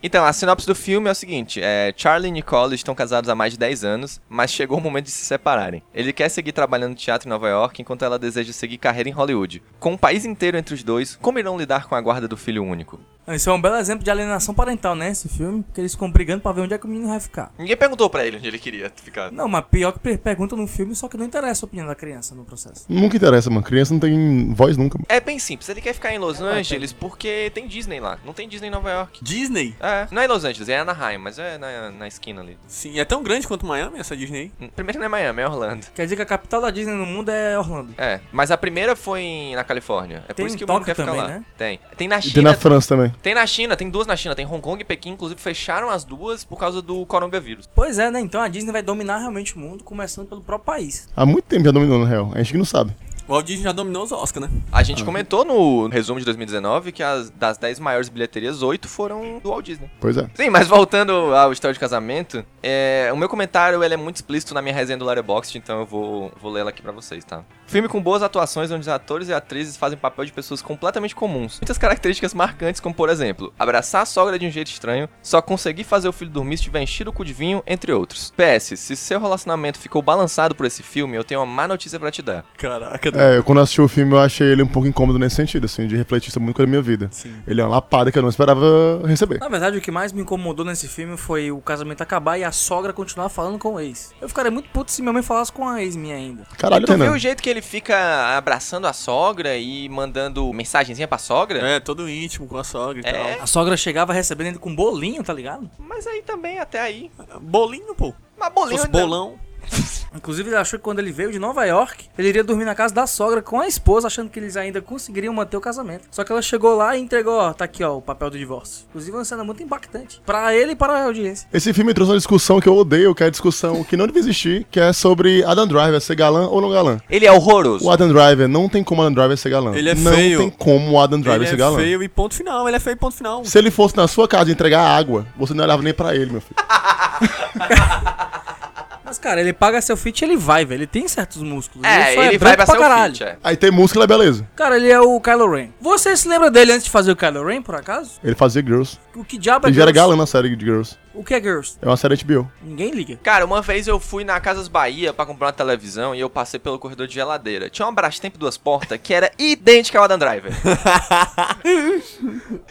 Então, a sinopse do filme é o seguinte: é, Charlie e Nicole estão casados há mais de 10 anos, mas chegou o momento de se separarem. Ele quer seguir trabalhando no teatro em Nova York, enquanto ela deseja seguir carreira em Hollywood. Com o país inteiro entre os dois, como irão lidar com a guarda do filho único?
Isso é um belo exemplo de alienação parental, né? Esse filme, porque eles ficam brigando pra ver onde é que o menino vai ficar.
Ninguém perguntou pra ele onde ele queria ficar.
Não, mas pior que per- pergunta no filme, só que não interessa a opinião da criança no processo.
Nunca interessa, mano. Criança não tem voz nunca. mano.
É bem simples, ele quer ficar em
É,
Los Angeles porque tem Disney lá. Não tem Disney em Nova York.
Disney?
É, não é em Los Angeles, é Anaheim, mas é na, na esquina ali.
Sim, é tão grande quanto Miami essa Disney.
Primeiro não é Miami, é Orlando.
Quer dizer que a capital da Disney no mundo é Orlando.
É, mas a primeira foi em- na Califórnia. É
Tem
por isso
em
que o mundo quer
Tóquio
ficar
também,
lá.
né?
Tem. Tem na
E tem na
China.
França também.
Tem na China, tem duas na China, tem Hong Kong e Pequim, inclusive fecharam as duas por causa do coronavírus.
Pois é, né? Então a Disney vai dominar realmente o mundo, começando pelo próprio país.
Há muito tempo já dominou, na real. A gente que não sabe.
O Walt Disney já dominou os Oscars, né?
A gente comentou no resumo de 2019 que as, das 10 maiores bilheterias, 8 foram do Walt Disney.
Pois é.
Sim, mas voltando ao história de casamento, é, o meu comentário ele é muito explícito na minha resenha do Letterboxd, então eu vou, vou lê-la aqui pra vocês, tá? Filme com boas atuações, onde os atores e atrizes fazem papel de pessoas completamente comuns. Muitas características marcantes, como por exemplo, abraçar a sogra de um jeito estranho, só conseguir fazer o filho dormir se tiver enchido o cu de vinho, entre outros. PS, se seu relacionamento ficou balançado por esse filme, eu tenho uma má notícia pra te dar.
Caraca,
É, eu, quando assisti o filme, eu achei ele um pouco incômodo nesse sentido, assim, de refletir sobre muito coisa da minha vida.
Sim.
Ele é uma lapada que eu não esperava receber.
Na verdade, o que mais me incomodou nesse filme foi o casamento acabar e a sogra continuar falando com o ex. Eu ficaria muito puto se minha mãe falasse com a ex minha ainda.
Caralho,
tu vê o
Renan.
jeito que ele fica abraçando a sogra e mandando mensagenzinha pra sogra?
É, todo íntimo com a sogra e
É.
A sogra chegava recebendo ele com bolinho, tá ligado?
Mas aí também, até aí. né?
tal. Bolinho, né? pô.
Mas
Se
bolinho
fosse
ainda-
bolão.
Inclusive, ele achou que quando ele veio de Nova York, ele iria dormir na casa da sogra com a esposa, achando que eles ainda conseguiriam manter o casamento. Só que ela chegou lá e entregou, ó, tá aqui, ó, o papel do divórcio. Inclusive, é uma cena muito impactante. Pra ele e para a audiência.
Esse filme trouxe uma discussão que eu odeio, que é a discussão que não deve existir, que é sobre Adam Driver ser galã ou não galã.
Ele é horroroso.
O Adam Driver, não tem como o Adam Driver ser galã.
Ele é
não
feio.
tem como o Adam Driver
Ele
ser
é
galã.
feio e ponto final. Ele é feio e ponto final.
Se ele fosse na sua casa entregar água, você não olhava nem pra ele, meu filho.
Mas, cara, ele paga seu fit e ele vai, velho. Ele tem certos músculos.
É,
só
ele vai
branco
pra ser o feat, é.
Aí tem música e é beleza.
Cara, ele é o Kylo Ren. Você se lembra dele antes de fazer o Kylo Ren, por acaso?
Ele fazia Girls.
O que diabo é
Ele já era
Girls?
galã na série de Girls.
O que é Girls?
É uma série HBO.
Ninguém liga.
Cara, uma vez eu fui na Casas Bahia pra comprar uma televisão e eu passei pelo corredor de geladeira. Tinha uma Brastemp duas portas que era idêntica ao Adam Driver.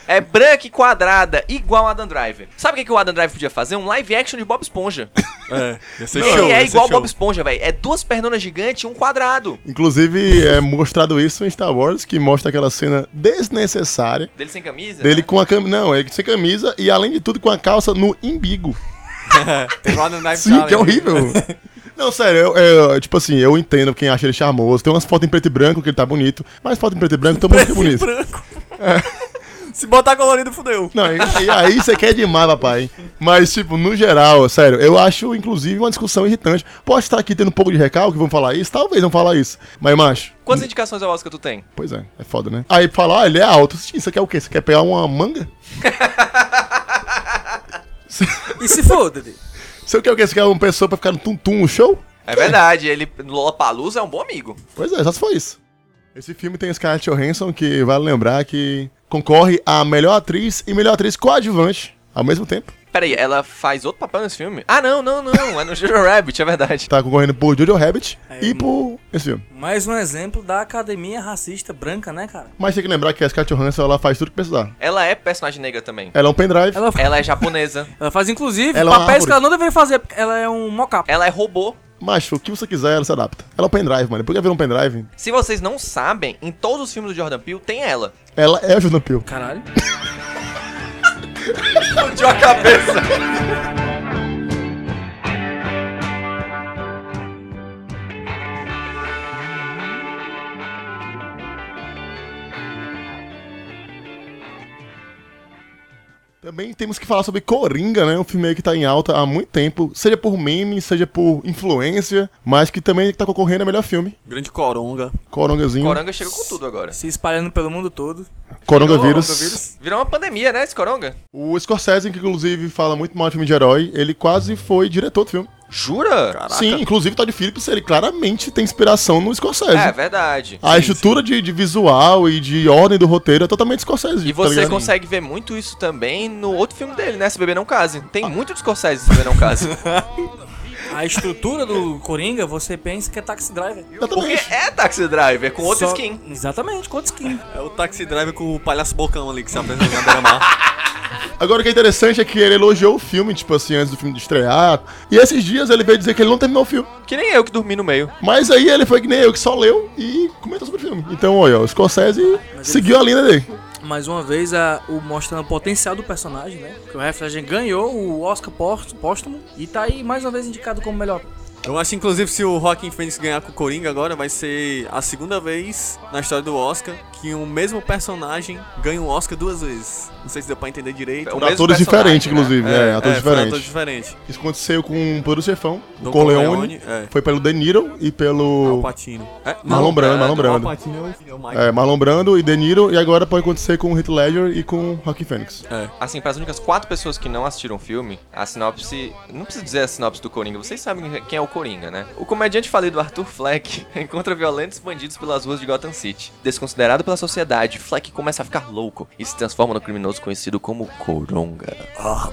é branca e quadrada, igual ao Adam Driver. Sabe o que, que o Adam Driver podia fazer? Um live action de Bob Esponja.
É, ia ser
Ele é
ia ser
igual ao
show.
Bob Esponja, velho. É duas pernonas gigantes e um quadrado.
Inclusive, é mostrado isso em Star Wars, que mostra aquela cena desnecessária
Dele sem camisa?
dele
né?
com a camisa. Não, ele sem camisa e, além de tudo, com a calça no imbigo.
Tem lá no Knife
Sim,
Challenge.
que é horrível. Não, sério, eu, eu- tipo assim, eu entendo quem acha ele charmoso. Tem umas fotos em preto e branco que ele tá bonito, mas foto em preto e branco todo mundo
Preto
fica
e
bonito.
branco. Se botar colorido, fudeu.
Não, e, e aí você quer demais, papai. Mas, tipo, no geral, sério, eu acho, inclusive, uma discussão irritante. Posso estar aqui tendo um pouco de recalque, vão falar isso? Talvez vão falar isso. Mas, macho,
Quantas indicações ao Oscar tu tem?
pois é, é foda, né? Aí falar, ah, ele é alto. Sim, Você quer o quê? Você quer pegar uma manga?
E se for, Dede?
Você quer o quê? Você quer uma pessoa pra ficar no tum-tum no show?
É verdade, ele no Lollapalooza é um bom amigo.
Pois é, só se foi isso. Esse filme tem a Scarlett Johansson, que vale lembrar que concorre a melhor atriz e melhor atriz coadjuvante ao mesmo tempo.
Pera aí, ela faz outro papel nesse filme? Ah, não, não, não. É no Jojo Rabbit, é verdade.
Tá concorrendo por Jojo Rabbit
É,
Aí,
e por esse filme.
Mais um exemplo da academia racista branca, né, cara?
Mas tem que lembrar que a Scarlett Johansson, ela faz tudo que precisar.
Ela é personagem negra também.
Ela é um pendrive.
Ela,
Ela é japonesa.
ela faz, inclusive,
Ela é uma
papéis
árvore.
que ela não deveria fazer, porque ela é um mock-up.
Ela é robô.
Macho, o que você quiser, ela se adapta. Ela é um pendrive, mano. Por que virar um pendrive?
Se vocês não sabem, em todos os filmes do Jordan Peele tem ela.
Ela é a Jordan Peele.
Caralho.
Explodiu a cabeça.
Também temos que falar sobre Coringa, né? Um filme aí que tá em alta há muito tempo, seja por meme, seja por influência, mas que também tá concorrendo a melhor filme.
Grande coronga.
Corongazinho,
Coronga chega com tudo agora.
Se espalhando pelo mundo todo.
coronavírus.
Virou uma pandemia, né, esse coronga?
O Scorsese, que inclusive fala muito mal de filme de herói, ele quase foi diretor do filme.
Jura?
Caraca.
Sim, inclusive o Todd Phillips, ele claramente tem inspiração no Scorsese.
É, verdade.
a estrutura De, de visual e de ordem do roteiro é totalmente Scorsese.
E
tá
você
ligado?
consegue ver muito isso também no outro filme dele, né? Se Beber Não Case. Tem muito de Scorsese Se Beber Não Case.
A estrutura do Coringa, você pensa que é Taxi Driver.
Porque
Exatamente.
é Taxi Driver, com outra
Só-
skin.
Exatamente, com outra skin.
É o taxi driver com o palhaço bocão ali que se apresenta na beira-mar.
Agora o que é interessante é que ele elogiou o filme, tipo assim, antes do filme de estrear. E esses dias ele veio dizer que ele não terminou o filme.
Que nem eu que dormi no meio.
Mas aí ele foi que nem eu, que só leu e comentou sobre o filme. Então, olha, o Scorsese seguiu a linha dele.
Mais uma vez, a- o, mostrando o potencial do personagem, né? Que o Refragen ganhou o Oscar pós- póstumo e tá aí mais uma vez indicado como melhor.
Eu acho, inclusive, se o Joaquin Phoenix ganhar com o Coringa agora, vai ser a segunda vez na história do Oscar que o mesmo personagem ganha o Oscar duas vezes. Não sei se deu pra entender direito.
O
Pra
mesmo
atores
personagem,
diferentes,
né?
inclusive. É, atores
foi um
diferentes.
ator diferente.
Isso aconteceu com o Poderoso Chefão, o
Don
Corleone.
é.
Foi pelo De Niro e
Al
pelo...
Pacino. É,
Marlon Brando, Marlon Brando.
Al Pacino é o filho, é o Michael.
É, Marlon Brando e De Niro. E agora pode acontecer com o Heath Ledger e com o Joaquin Phoenix.
Assim, para as únicas quatro pessoas que não assistiram o filme, a sinopse. Não preciso dizer a sinopse do Coringa, vocês sabem quem é o Coringa, né? O comediante falido Arthur Fleck encontra violentos bandidos pelas ruas de Gotham City. Desconsiderado pela sociedade, Fleck começa a ficar louco e se transforma no criminoso conhecido como Coronga.
Ah,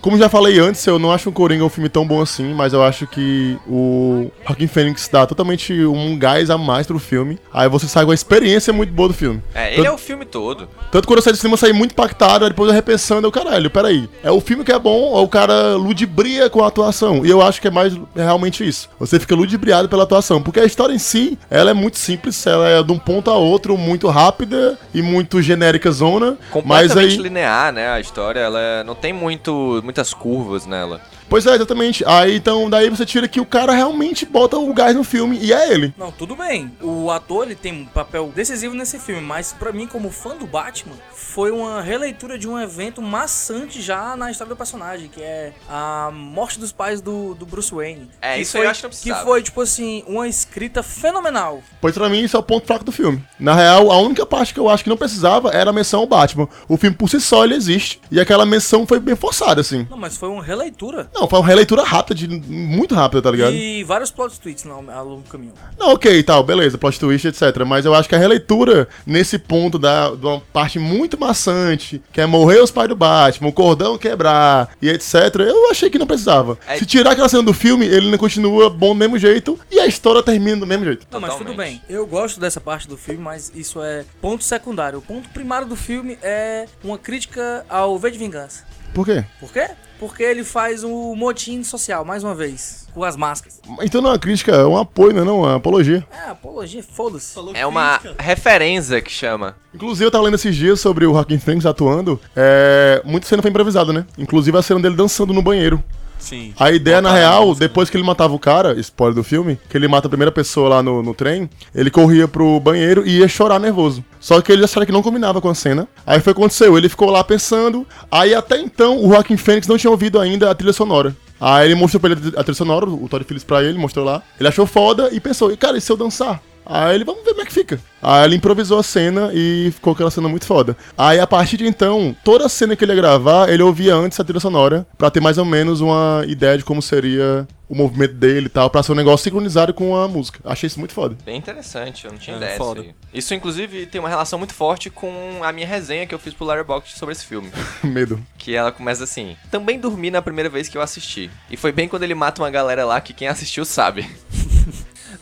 Como já falei antes, eu não acho o Coringa um filme tão bom assim, mas eu acho que o Joaquin Phoenix dá totalmente um gás a mais pro filme. Aí você sai com a experiência muito boa do filme.
É, ele é o filme todo.
Tanto quando eu saí do cinema, eu saí muito impactado, aí depois eu repensando, eu, caralho, peraí, é o filme que é bom ou o cara ludibria com a atuação? E eu acho que é mais é realmente isso. Você fica ludibriado pela atuação, porque a história em si, ela é muito simples, ela é de um ponto a outro, muito rápida e muito genérica zona, mas
Completamente
aí...
linear, né? A história, ela não tem muito, muitas curvas nela.
Pois é, exatamente. Aí, então, daí você tira que o cara realmente bota o gás no filme, e é ele.
Não, tudo bem. O ator ele tem um papel decisivo nesse filme, mas pra mim, como fã do Batman, foi uma releitura de um evento maçante já na história do personagem, que é a morte dos pais do, do Bruce Wayne.
É,
Que
isso
foi,
eu acho que não
Que
precisava.
foi, tipo assim, uma escrita fenomenal.
Pois pra mim, isso é o ponto fraco do filme. Na real, a única parte que eu acho que não precisava era a menção ao Batman. O filme por si só, ele existe, e aquela menção foi bem forçada, assim.
Não, mas foi uma releitura.
Não, foi uma releitura rápida, de, muito rápida, tá ligado?
E vários plot twists ao ao longo do caminho.
Não, ok, tal, beleza, plot twist, etc. Mas eu acho que a releitura, nesse ponto da, de uma parte muito maçante, que é morrer os pais do Batman, o cordão quebrar e etc., eu achei que não precisava.
É-
Se tirar aquela cena do filme, ele não continua bom do mesmo jeito e a história termina do mesmo jeito.
Não, mas tudo
Totalmente.
bem. Eu gosto dessa parte do filme, mas isso é ponto secundário. O ponto primário do filme é uma crítica ao V de Vingança.
Por quê?
Por quê? Porque ele faz um motim social, mais uma vez, com as máscaras.
Então não é uma crítica, é um apoio, né? Não, é uma apologia.
É, apologia, foda-se.
É uma referência que chama.
Inclusive, eu tava lendo esses dias sobre o Joaquin Phoenix atuando. É... Muita cena foi improvisada, né? Inclusive a cena dele dançando no banheiro.
Sim.
A ideia, na real, depois que ele matava o cara, spoiler do filme, que ele mata a primeira pessoa lá no, no trem, ele corria pro banheiro e ia chorar nervoso. Só que ele achava que não combinava com a cena. Aí foi o que aconteceu, ele ficou lá pensando. Aí até então o Joaquim Fênix não tinha ouvido ainda a trilha sonora. Aí ele mostrou pra ele a trilha sonora, o Todd Phillips pra ele, mostrou lá. Ele achou foda e pensou, e cara, e se eu dançar? Aí ele, vamos ver como é que fica. Aí ele improvisou a cena e ficou aquela cena muito foda. Aí a partir de então, toda cena que ele ia gravar, ele ouvia antes a trilha sonora, pra ter mais ou menos uma ideia de como seria o movimento dele e tal, pra ser um negócio sincronizado com a música. Achei isso muito foda.
Bem interessante, eu não tinha
É,
ideia disso.
foda.
aí. Isso, inclusive, tem uma relação muito forte com a minha resenha que eu fiz pro Letterboxd sobre esse filme.
Medo.
Que ela começa assim: Também dormi na primeira vez que eu assisti. E foi bem quando ele mata uma galera lá que quem assistiu sabe.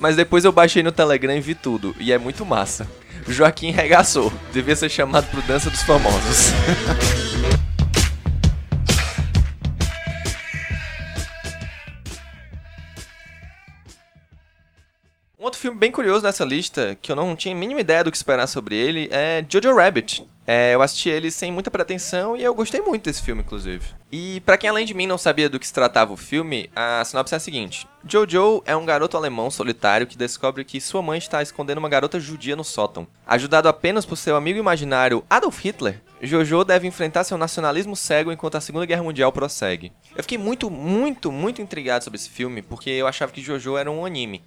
Mas depois eu baixei no Telegram e vi tudo. E é muito massa. Joaquim regaçou. Devia ser chamado pro Dança dos Famosos. Um outro filme bem curioso nessa lista, que eu não tinha a mínima ideia do que esperar sobre ele, é Jojo Rabbit. É, eu assisti ele sem muita pretensão e eu gostei muito desse filme, inclusive. E pra quem além de mim não sabia do que se tratava o filme, a sinopse é a seguinte: Jojo é um garoto alemão solitário que descobre que sua mãe está escondendo uma garota judia no sótão. Ajudado apenas por seu amigo imaginário Adolf Hitler, Jojo deve enfrentar seu nacionalismo cego enquanto a Segunda Guerra Mundial prossegue. Eu fiquei muito, muito, muito intrigado sobre esse filme porque eu achava que Jojo era um anime.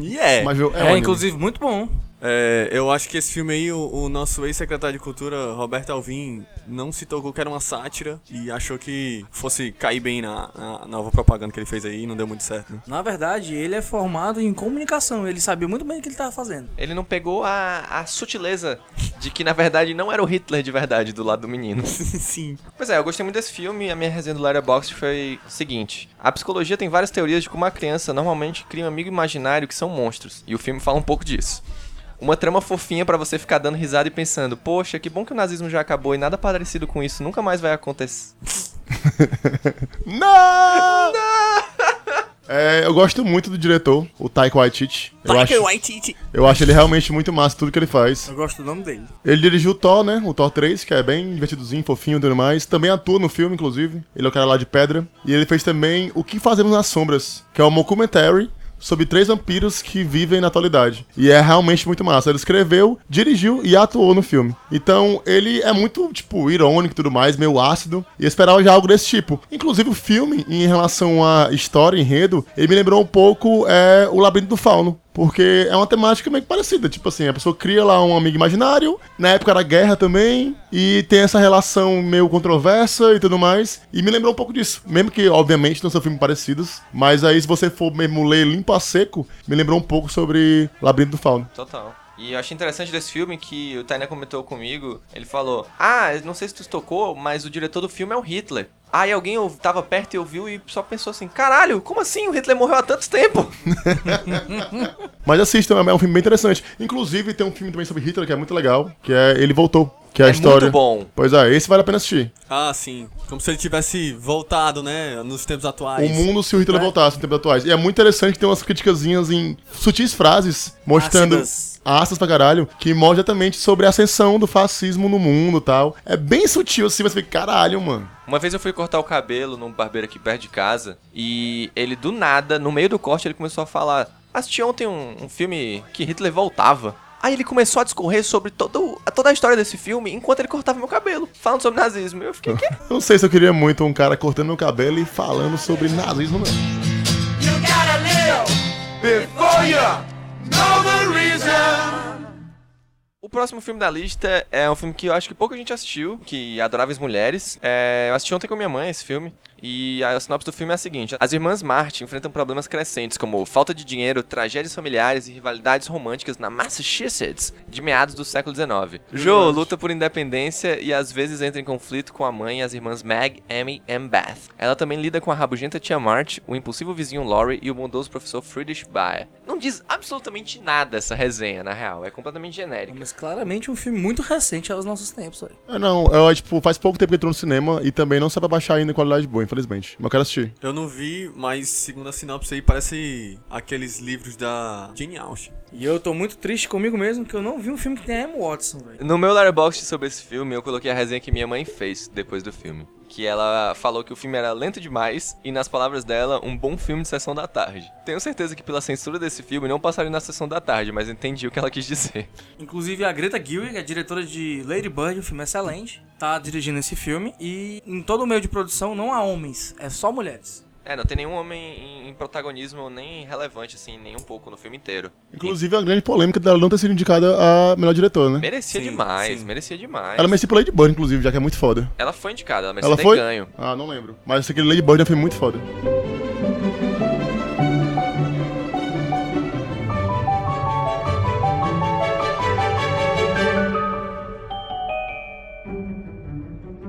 E é.
Mas eu,
É,
um
inclusive, muito bom.
É, eu acho que esse filme aí, o, o nosso ex-secretário de Cultura, Roberto Alvim, não se tocou que era uma sátira e achou que fosse cair bem na, na nova propaganda que ele fez aí e não deu muito certo. né?
Na verdade, ele é formado em comunicação. Ele sabia muito bem o que ele tava fazendo.
Ele não pegou a, a sutileza de que na verdade não era o Hitler de verdade do lado do menino.
Sim.
Pois é, eu gostei muito desse filme e a minha resenha do Letterboxd foi o seguinte. A psicologia tem várias teorias de como a criança normalmente cria um amigo imaginário que são monstros, e o filme fala um pouco disso. Uma trama fofinha pra você ficar dando risada e pensando, poxa, que bom que o nazismo já acabou e nada parecido com isso nunca mais vai acontecer.
Não! É, eu gosto muito do diretor, o Taika Waititi. Eu acho,
Waititi.
eu acho ele realmente muito massa, tudo que ele faz.
Eu gosto do nome dele.
Ele dirigiu o Thor, né? O Thor 3, que é bem divertidozinho, fofinho e tudo mais. Também atua no filme, inclusive. Ele é o cara lá de pedra. E ele fez também O Que Fazemos nas Sombras, que é um documentary sobre três vampiros que vivem na atualidade. E é realmente muito massa. Ele escreveu, dirigiu e atuou no filme. Então, ele é muito, tipo, irônico e tudo mais, meio ácido. E eu esperava já algo desse tipo. Inclusive, o filme, em relação à história, enredo, ele me lembrou um pouco é, O Labirinto do Fauno. Porque é uma temática meio que parecida. Tipo assim, a pessoa cria lá um amigo imaginário, na época era guerra também, e tem essa relação meio controversa e tudo mais. E me lembrou um pouco disso. Mesmo que, obviamente, não são filmes parecidos, mas aí se você for mesmo ler limpo a seco, me lembrou um pouco sobre Labirinto do Fauno.
Total. E eu achei interessante desse filme que o Tainá comentou comigo. Ele falou: Ah, eu não sei se tu tocou, mas o diretor do filme é o Hitler. Aí alguém ou- tava perto e ouviu e só pensou assim: Caralho, como assim? O Hitler morreu há tanto tempo?
Mas assistam, é um filme bem interessante. Inclusive, tem um filme também sobre Hitler que é muito legal, que é Ele Voltou, que é a
é
história.
muito bom.
Pois é, esse vale a pena assistir.
Ah, sim. Como se ele tivesse voltado, né? Nos tempos atuais.
O mundo se o Hitler voltasse em tempos atuais. E é muito interessante que tem umas criticazinhas em sutis frases, mostrando
Ácidas.
astas pra caralho, que mostra exatamente sobre a ascensão do fascismo no mundo e tal. É bem sutil assim, mas você fica, caralho, mano.
Uma vez eu fui cortar o cabelo num barbeiro aqui perto de casa e ele do nada, no meio do corte, ele começou a falar: Assisti ontem um, um filme que Hitler voltava. Aí ele começou a discorrer sobre todo, toda a história desse filme enquanto ele cortava meu cabelo, falando sobre nazismo. Eu fiquei, quê?
Eu Não sei se eu queria muito um cara cortando meu cabelo e falando sobre nazismo, não.
O próximo filme da lista é um filme que eu acho que pouca gente assistiu, que é Adoráveis Mulheres. É, eu assisti ontem com minha mãe esse filme. E a sinopse do filme é a seguinte: As irmãs Marte enfrentam problemas crescentes como falta de dinheiro, tragédias familiares e rivalidades românticas na Massachusetts de meados do século XIX. Jo luta por independência e às vezes entra em conflito com a mãe e as irmãs Meg, Amy e Beth. Ela também lida com a rabugenta tia Marte, o impulsivo vizinho Laurie e o bondoso professor Friedrich Bayer. Não diz absolutamente nada essa resenha, na real, é completamente genérica.
Mas claramente um filme muito recente aos nossos tempos. Aí.
É, Não, eu, tipo, faz pouco tempo que entrou no cinema e também não sabe baixar ainda em qualidade boa, infelizmente. Mas eu quero assistir.
Eu não vi, mas segundo a sinopse aí, parece aqueles livros da Jane Austen.
E eu tô muito triste comigo mesmo que eu não vi um filme que tem a Emma Watson, velho.
No meu Letterboxd sobre esse filme, eu coloquei a resenha que minha mãe fez depois do filme. Que ela falou que o filme era lento demais e, nas palavras dela, um bom filme de sessão da tarde. Tenho certeza que pela censura desse filme não passaram na sessão da tarde, mas entendi o que ela quis dizer.
Inclusive a Greta Gerwig, a diretora de Lady Bird, um filme excelente, tá dirigindo esse filme e em todo o meio de produção não há homens, é só mulheres.
É, não tem nenhum homem em, em protagonismo nem relevante, assim, nem um pouco no filme inteiro.
Inclusive, a grande polêmica dela não ter sido indicada a melhor diretora, né?
Merecia
Sim,
demais,
sim.
merecia demais.
Ela merecia pro Lady Bird, inclusive, já que é muito foda.
Ela foi indicada, ela merecia
Ela
ter
foi?
ganho.
Ah, não lembro. Mas aquele Lady Bird já foi muito foda.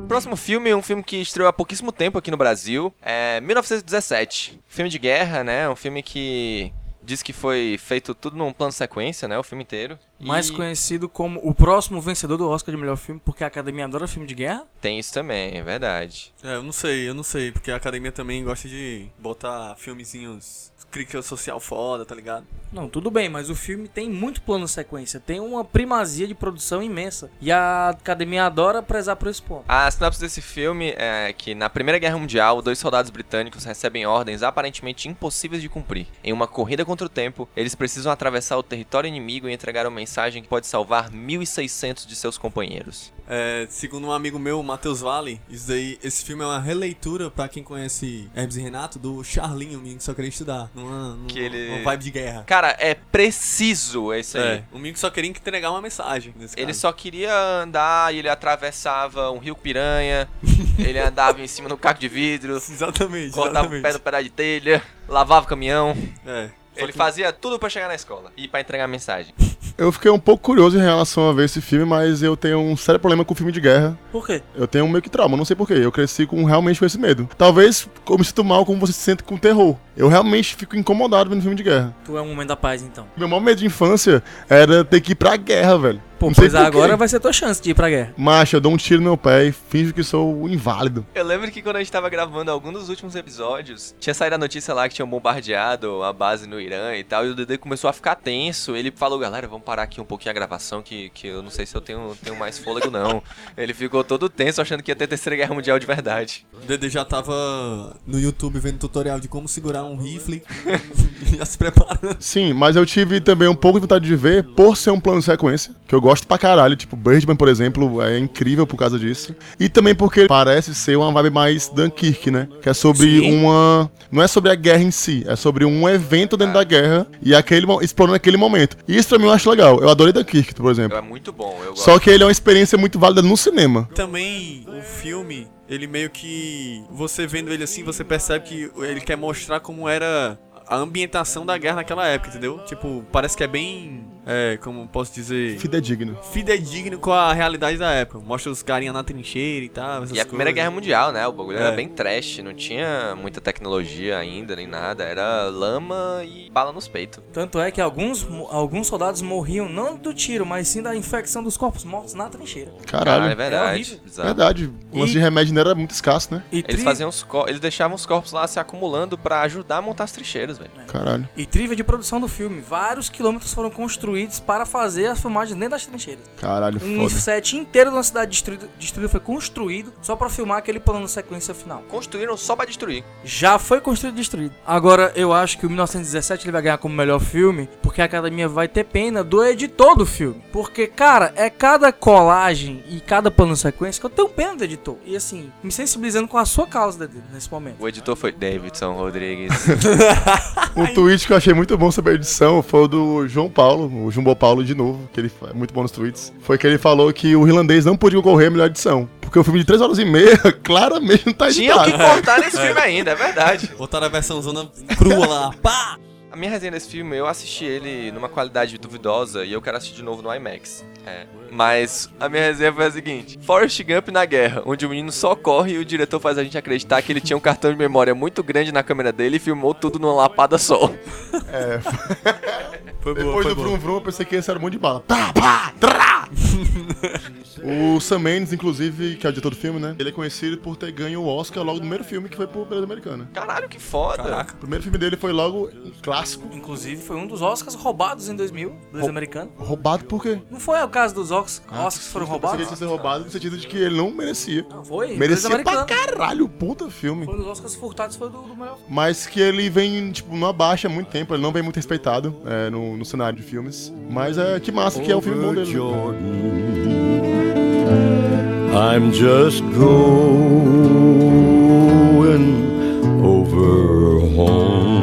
Próximo filme é um filme que estreou há pouquíssimo tempo aqui no Brasil. É 1917. Filme de guerra, né? Um filme que diz que foi feito tudo num plano sequência, né? O filme inteiro. E
Mais conhecido como o próximo vencedor do Oscar de melhor filme, porque a academia adora filme de guerra.
Tem isso também, é verdade.
É, eu não sei, eu não sei, porque a academia também gosta de botar filmezinhos crítica social foda, tá ligado?
Não, tudo bem, mas o filme tem muito plano sequência, tem uma primazia de produção imensa. E a academia adora prezar por esse ponto.
A sinopse desse filme é que na Primeira Guerra Mundial, dois soldados britânicos recebem ordens aparentemente impossíveis de cumprir. Em uma corrida contra o tempo, eles precisam atravessar o território inimigo e entregar uma mensagem que pode salvar 1.600 de seus companheiros.
É, segundo um amigo meu, Matheus Vale, isso daí, esse filme é uma releitura pra quem conhece Hermes e Renato do Charlinho, menino que só queria estudar. Numa, numa,
Que ele-
numa vibe de guerra.
Cara, é preciso esse aí.
É, o menino que só queria entregar uma mensagem. nesse
Ele
caso.
só queria andar e ele atravessava um rio piranha, ele andava em cima do caco de vidro,
Exatamente,
cortava o
exatamente.
pé do pedaço de telha, lavava o caminhão.
É, só
Ele
que-
fazia tudo pra chegar na escola e pra entregar mensagem.
Eu fiquei um pouco curioso em relação a ver esse filme, mas eu tenho um sério problema com filme de guerra.
Por quê?
Eu tenho meio que trauma, não sei porquê. Eu cresci com realmente com esse medo. Talvez eu me sinto mal como você se sente com terror. Eu realmente fico incomodado vendo filme de guerra.
Tu é um homem da paz, então.
Meu maior medo de infância era ter que ir pra guerra, velho.
Pô,
Não sei
pois
por quê.
agora vai ser tua chance de ir pra guerra.
Macho, eu dou um tiro no meu pé e finjo que sou um inválido.
Eu lembro que quando a gente tava gravando algum dos últimos episódios, tinha saído a notícia lá que tinham bombardeado a base no Irã e tal, e o Dede começou a ficar tenso. Ele falou, galera, vamos parar aqui um pouquinho a gravação, que, que eu não sei se eu tenho, tenho mais fôlego, não. Ele ficou todo tenso, achando que ia ter Terceira Guerra Mundial de verdade.
O Dede já tava no YouTube vendo tutorial de como segurar um rifle. já se preparando.
Sim, mas eu tive também um pouco de vontade de ver por ser um plano de sequência, que eu gosto pra caralho. Tipo, Birdman, por exemplo, é incrível por causa disso. E também porque parece ser uma vibe mais Dunkirk, né? Que é sobre
Sim.
uma. Não é sobre a guerra em si, é sobre um evento dentro da guerra e aquele mo- explorando aquele momento. E isso pra mim eu acho legal. Eu adorei Dunkirk, por exemplo.
É muito bom, eu gosto.
Só que ele é uma experiência muito válida no cinema.
Também o filme, ele meio que. Você vendo ele assim, você percebe que ele quer mostrar como era a ambientação da guerra naquela época, entendeu? Tipo, parece que é bem. É, como eu posso dizer.
Fidedigno.
Fidedigno com a realidade da época. Mostra os carinha na trincheira e tal. essas
E a Primeira
coisas.
Guerra Mundial, né? O bagulho
É.
era bem trash, não tinha muita tecnologia ainda, nem nada. Era lama e bala nos peitos.
Tanto é que alguns, alguns soldados morriam não do tiro, mas sim da infecção dos corpos mortos na trincheira.
Caralho, é
Caralho.
verdade.
horrível.
bizarro.
Verdade. O lance
E-
de remédio não era muito escasso, né?
E,
Eles
tri-
faziam os cor- eles deixavam os corpos lá se acumulando pra ajudar a montar as trincheiras, velho.
Caralho.
e trilha de produção do filme. Vários quilômetros foram construídos para fazer as filmagens dentro das trincheiras.
Caralho,
Um
foda.
set inteiro de uma cidade destruída, destruída foi construído só pra filmar aquele plano sequência final.
Construíram só pra destruir.
Já foi construído e destruído. Agora, eu acho que o 1917 ele vai ganhar como melhor filme, porque a academia vai ter pena do editor do filme. Porque, cara, é cada colagem e cada plano sequência que eu tenho pena do editor. E assim, me sensibilizando com a sua causa, Dedê, nesse momento.
O editor foi Davidson Rodrigues.
Um tweet que eu achei muito bom sobre a edição foi o do João Paulo, o Jumbo Paulo de novo, que ele é muito bom nos tweets. Foi que ele falou que o irlandês não podia concorrer à melhor edição. Porque o filme de 3 horas e meia claramente não tá
Tinha
editado.
que cortar nesse filme ainda, é verdade.
Botaram a versão zona crua lá. Pá!
A minha resenha desse filme, eu assisti ele numa qualidade duvidosa e eu quero assistir de novo no IMAX. É. Mas a minha resenha foi a seguinte: Forrest Gump na guerra, onde o menino só corre e o diretor faz a gente acreditar que ele tinha um cartão de memória muito grande na câmera dele e filmou tudo numa lapada só.
Foi boa,
Depois
foi
É, do
boa.
Vrum Vrum, eu pensei que esse era um monte de bala. Tá, pá, trá! o Sam Mendes, inclusive, que é o diretor do filme, né? Ele é conhecido por ter ganho o Oscar logo no primeiro filme, que foi por Beleza Americana.
Caralho, que foda.
Caraca.
O primeiro filme dele foi logo um clássico.
Inclusive, foi um dos Oscars roubados em 2000, dos americanos.
Roubado por quê?
Não foi o caso dos Oscars, Oscars que foram
Ele
roubados?
ser roubado no sentido de que ele não merecia.
Não, foi. dos
Merecia pra
americanos.
caralho, puta filme.
Foi um dos Oscars furtados, foi do, do melhor
Mas que ele vem, tipo, numa baixa há muito tempo, ele não vem muito respeitado é, no, no cenário de filmes. Mas é que massa que é o filme bom dele.
Jordan. I'm just going over home.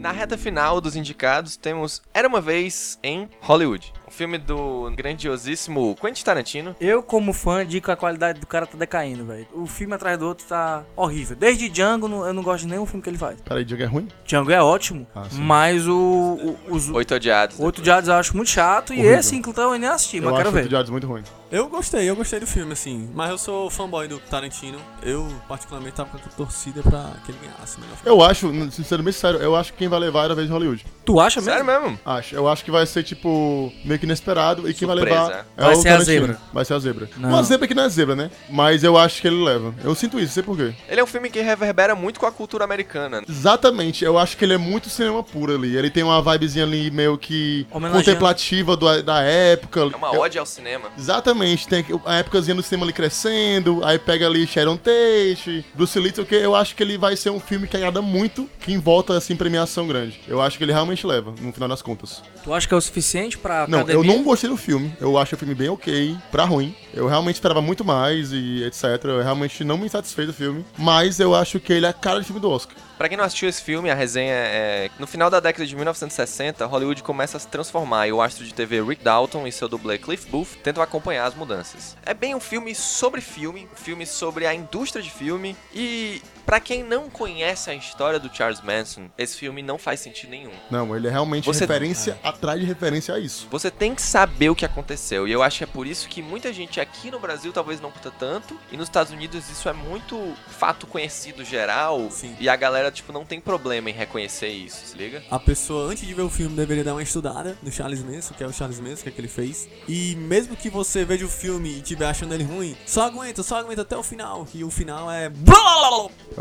Na reta final dos indicados, temos Era uma Vez em Hollywood. O filme do grandiosíssimo Quentin Tarantino.
Eu, como fã, digo que a qualidade do cara tá decaindo, velho. O filme atrás do outro tá horrível. Desde Django, não- eu não gosto de nenhum filme que ele faz.
Peraí, Diego é ruim?
Django é ótimo,
Ah, sim.
mas o, o- os
Oito Odiados.
outro Diários eu acho muito chato. E
Horrível.
esse, então, eu nem assisti,
eu
mas quero
acho
ver.
o Diários muito ruim.
Eu gostei, eu gostei do filme, assim. Mas eu sou fanboy do Tarantino. Eu, particularmente, tava com a torcida pra que ele ganhasse o melhor filme.
Eu acho, sendo bem sério, eu acho que quem vai levar era a vez de Hollywood.
Tu acha mesmo?
Sério é mesmo?
Acho. Eu acho que vai ser, tipo, meio que inesperado. E quem vai
Surpresa.
levar é
Vai
o
ser a
Tarantino.
zebra.
Vai ser a zebra.
Não.
Uma zebra que não é zebra, né? Mas eu acho que ele leva. Eu sinto isso, sei por quê.
Ele é um filme que reverbera muito com a cultura americana.
Exatamente, eu acho que ele é muito cinema puro ali. Ele tem uma vibezinha ali meio que
Homenageando.
contemplativa do- da época.
É uma ode ao cinema.
Exatamente, tem a épocazinha do cinema ali crescendo, aí pega ali Sharon Tate, Bruce Lee, não sei o que eu acho que ele vai ser um filme que agrada muito, que envolta assim premiação grande. Eu acho que ele realmente leva, no final das contas.
Tu acha que é o suficiente pra
Não, eu
academia?
não gostei do filme. Eu acho o filme bem ok, pra ruim. Eu realmente esperava muito mais e etc. Eu realmente não me satisfez do filme, mas eu acho que ele é a cara de filme do Oscar.
Pra quem não assistiu esse filme, a resenha é... No final da década de 1960, Hollywood começa a se transformar e o astro de TV Rick Dalton e seu dublê Cliff Booth tentam acompanhar as mudanças. É bem um filme sobre filme, um filme sobre a indústria de filme e... Pra quem não conhece a história do Charles Manson, esse filme não faz sentido nenhum.
Não, ele é realmente
Você- Ah.
referência atrás de referência a isso.
Você tem que saber o que aconteceu. E eu acho que é por isso que muita gente aqui no Brasil talvez não curta tanto. E nos Estados Unidos isso é muito fato conhecido geral.
Sim.
E a galera, tipo, não tem problema em reconhecer isso, se liga?
A pessoa, antes de ver o filme, deveria dar uma estudada no Charles Manson, que é o Charles Manson, que é que ele fez. E mesmo que você veja o filme e tiver achando ele ruim, só aguenta, só aguenta até o final. Que o final é...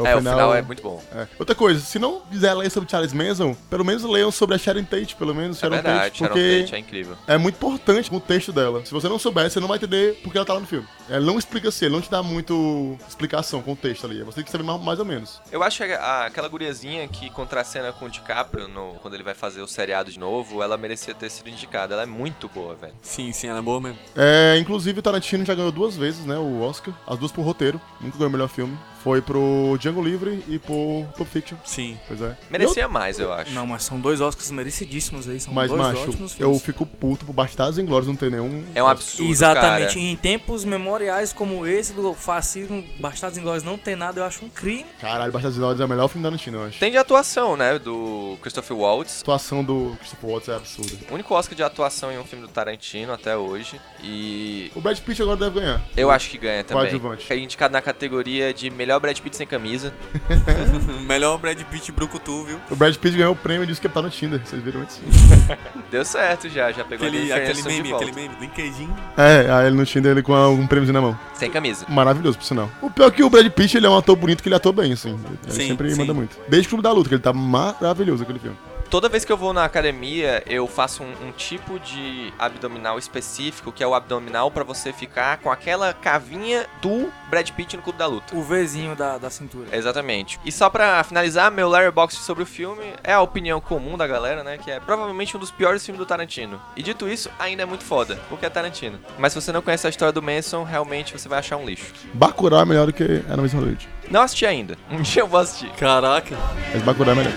é, o final é muito bom.
É. Outra coisa, se não quiser ler sobre Charles Manson, pelo menos leiam sobre a Sharon Tate, pelo menos
É
Sharon
verdade,
Tate,
Sharon
porque
Tate é incrível.
é muito importante o texto dela. Se você não souber, você não vai entender porque ela tá lá no filme. Ela não explica assim, ela não te dá muito explicação, contexto ali. é Você tem que saber mais, mais ou menos.
Eu acho que a- aquela guriazinha que contracena com o DiCaprio no- quando ele vai fazer o seriado de novo, ela merecia ter sido indicada. Ela é muito boa, velho.
Sim, sim, ela é boa mesmo.
É, inclusive o Tarantino já ganhou duas vezes, né, o Oscar, as duas por roteiro, nunca ganhou o melhor filme. Foi pro Django Livre e por Pulp Fiction.
Sim.
Pois é.
Merecia mais, eu acho.
Não, mas são dois Oscars merecidíssimos aí. São
Mas,
dois
macho,
ótimos
eu
filmes.
fico puto por Bastardos Inglórios não ter nenhum.
É um absurdo,
Exatamente.
cara.
Em tempos memoriais como esse do fascismo, Bastardos Inglórios não tem nada, eu acho um crime.
Caralho, Bastardos Inglórios é o melhor filme da Tarantino, eu acho.
Tem de atuação, né? Do Christopher Waltz.
A situação do Christopher Watts é absurda.
O único Oscar de atuação em um filme do Tarantino até hoje. E
O Brad Pitt agora deve ganhar.
eu acho que ganha também.
Coadjuvante.
É indicado na categoria de melhor Brad Pitt sem camisa.
Melhor Brad Pitt brucutu, viu?
O Brad Pitt ganhou o prêmio e disse que tá no Tinder. Vocês viram antes?
Deu certo já, já pegou
Aquele,
a
aquele
diferença de
meme,
volta.
aquele meme. LinkedIn.
É, aí ele no Tinder ele com algum prêmiozinho na mão.
Sem camisa.
Maravilhoso, por sinal. O pior é que o Brad Pitt ele é um ator bonito que ele atua bem, assim. Ele
Sim,
sempre
sim.
manda muito. Desde o Clube da Luta, que ele tá maravilhoso aquele filme.
Toda vez que eu vou na academia, eu faço um, um tipo de abdominal específico, que é o abdominal pra você ficar com aquela cavinha do Brad Pitt no Clube da Luta.
O Vzinho da, da cintura.
Exatamente. E só pra finalizar, meu Larry Box sobre o filme é a opinião comum da galera, né? Que é provavelmente um dos piores filmes do Tarantino. E dito isso, ainda é muito foda, porque é Tarantino. Mas se você não conhece a história do Manson, realmente você vai achar um lixo.
Bacurau é melhor do que Era Mesma Noite.
Não assisti ainda. Um dia eu vou assistir.
Caraca.
Mas Bacurau é melhor.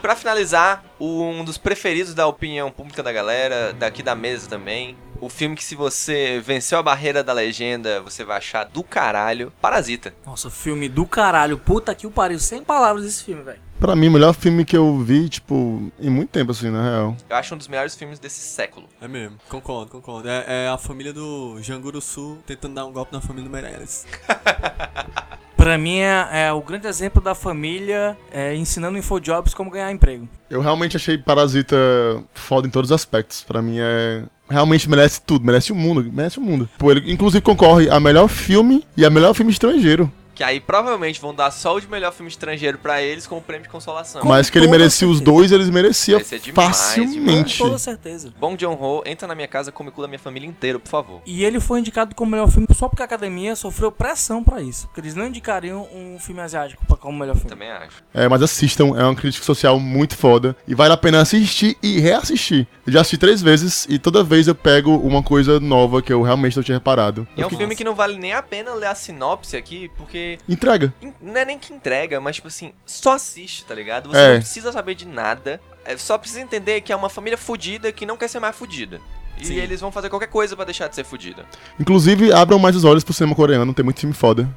Pra finalizar, um dos preferidos da opinião pública da galera, daqui da mesa também. O filme que se você venceu a barreira da legenda, você vai achar do caralho. Parasita.
Nossa, filme do caralho. Puta que o pariu. Sem palavras esse filme, velho.
Pra mim, o melhor filme que eu vi, tipo, em muito tempo, assim, na real.
Eu acho um dos melhores filmes desse século.
É mesmo, concordo, concordo. É, é a família do Janguru Sul tentando dar um golpe na família do Meirelles.
Pra mim é, é o grande exemplo da família é, ensinando Infojobs como ganhar emprego.
Eu realmente achei Parasita foda em todos os aspectos. Pra mim é. Realmente merece tudo, merece o mundo, merece o mundo. Pô, ele inclusive concorre a melhor filme e a melhor filme estrangeiro.
Que aí provavelmente vão dar só o de melhor filme estrangeiro pra eles com o prêmio de consolação.
Com
Mas que ele
toda
merecia os
certeza.
dois, eles mereciam
Merecia é demais,
Com
facilmente.
toda certeza.
Bom John Ho, entra na minha casa, come cu da minha família inteira, por favor.
E ele foi indicado como melhor filme só porque a academia sofreu pressão pra isso. Porque eles não indicariam um filme asiático pra- como melhor filme.
Também acho.
É, mas assistam, é uma crítica social muito foda. E vale a pena assistir e reassistir. Eu já assisti três vezes e toda vez eu pego uma coisa nova que eu realmente não tinha reparado.
E é um filme que não vale nem a pena ler a sinopse aqui, porque
Entrega.
in- não é nem que entrega, mas tipo assim, só assiste, tá ligado? Você
É.
não precisa saber de nada. é, Só precisa entender que é uma família fudida que não quer ser mais fudida. E
Sim.
eles vão fazer qualquer coisa pra deixar de ser fudida.
Inclusive, abram mais os olhos pro cinema coreano, tem muito filme foda.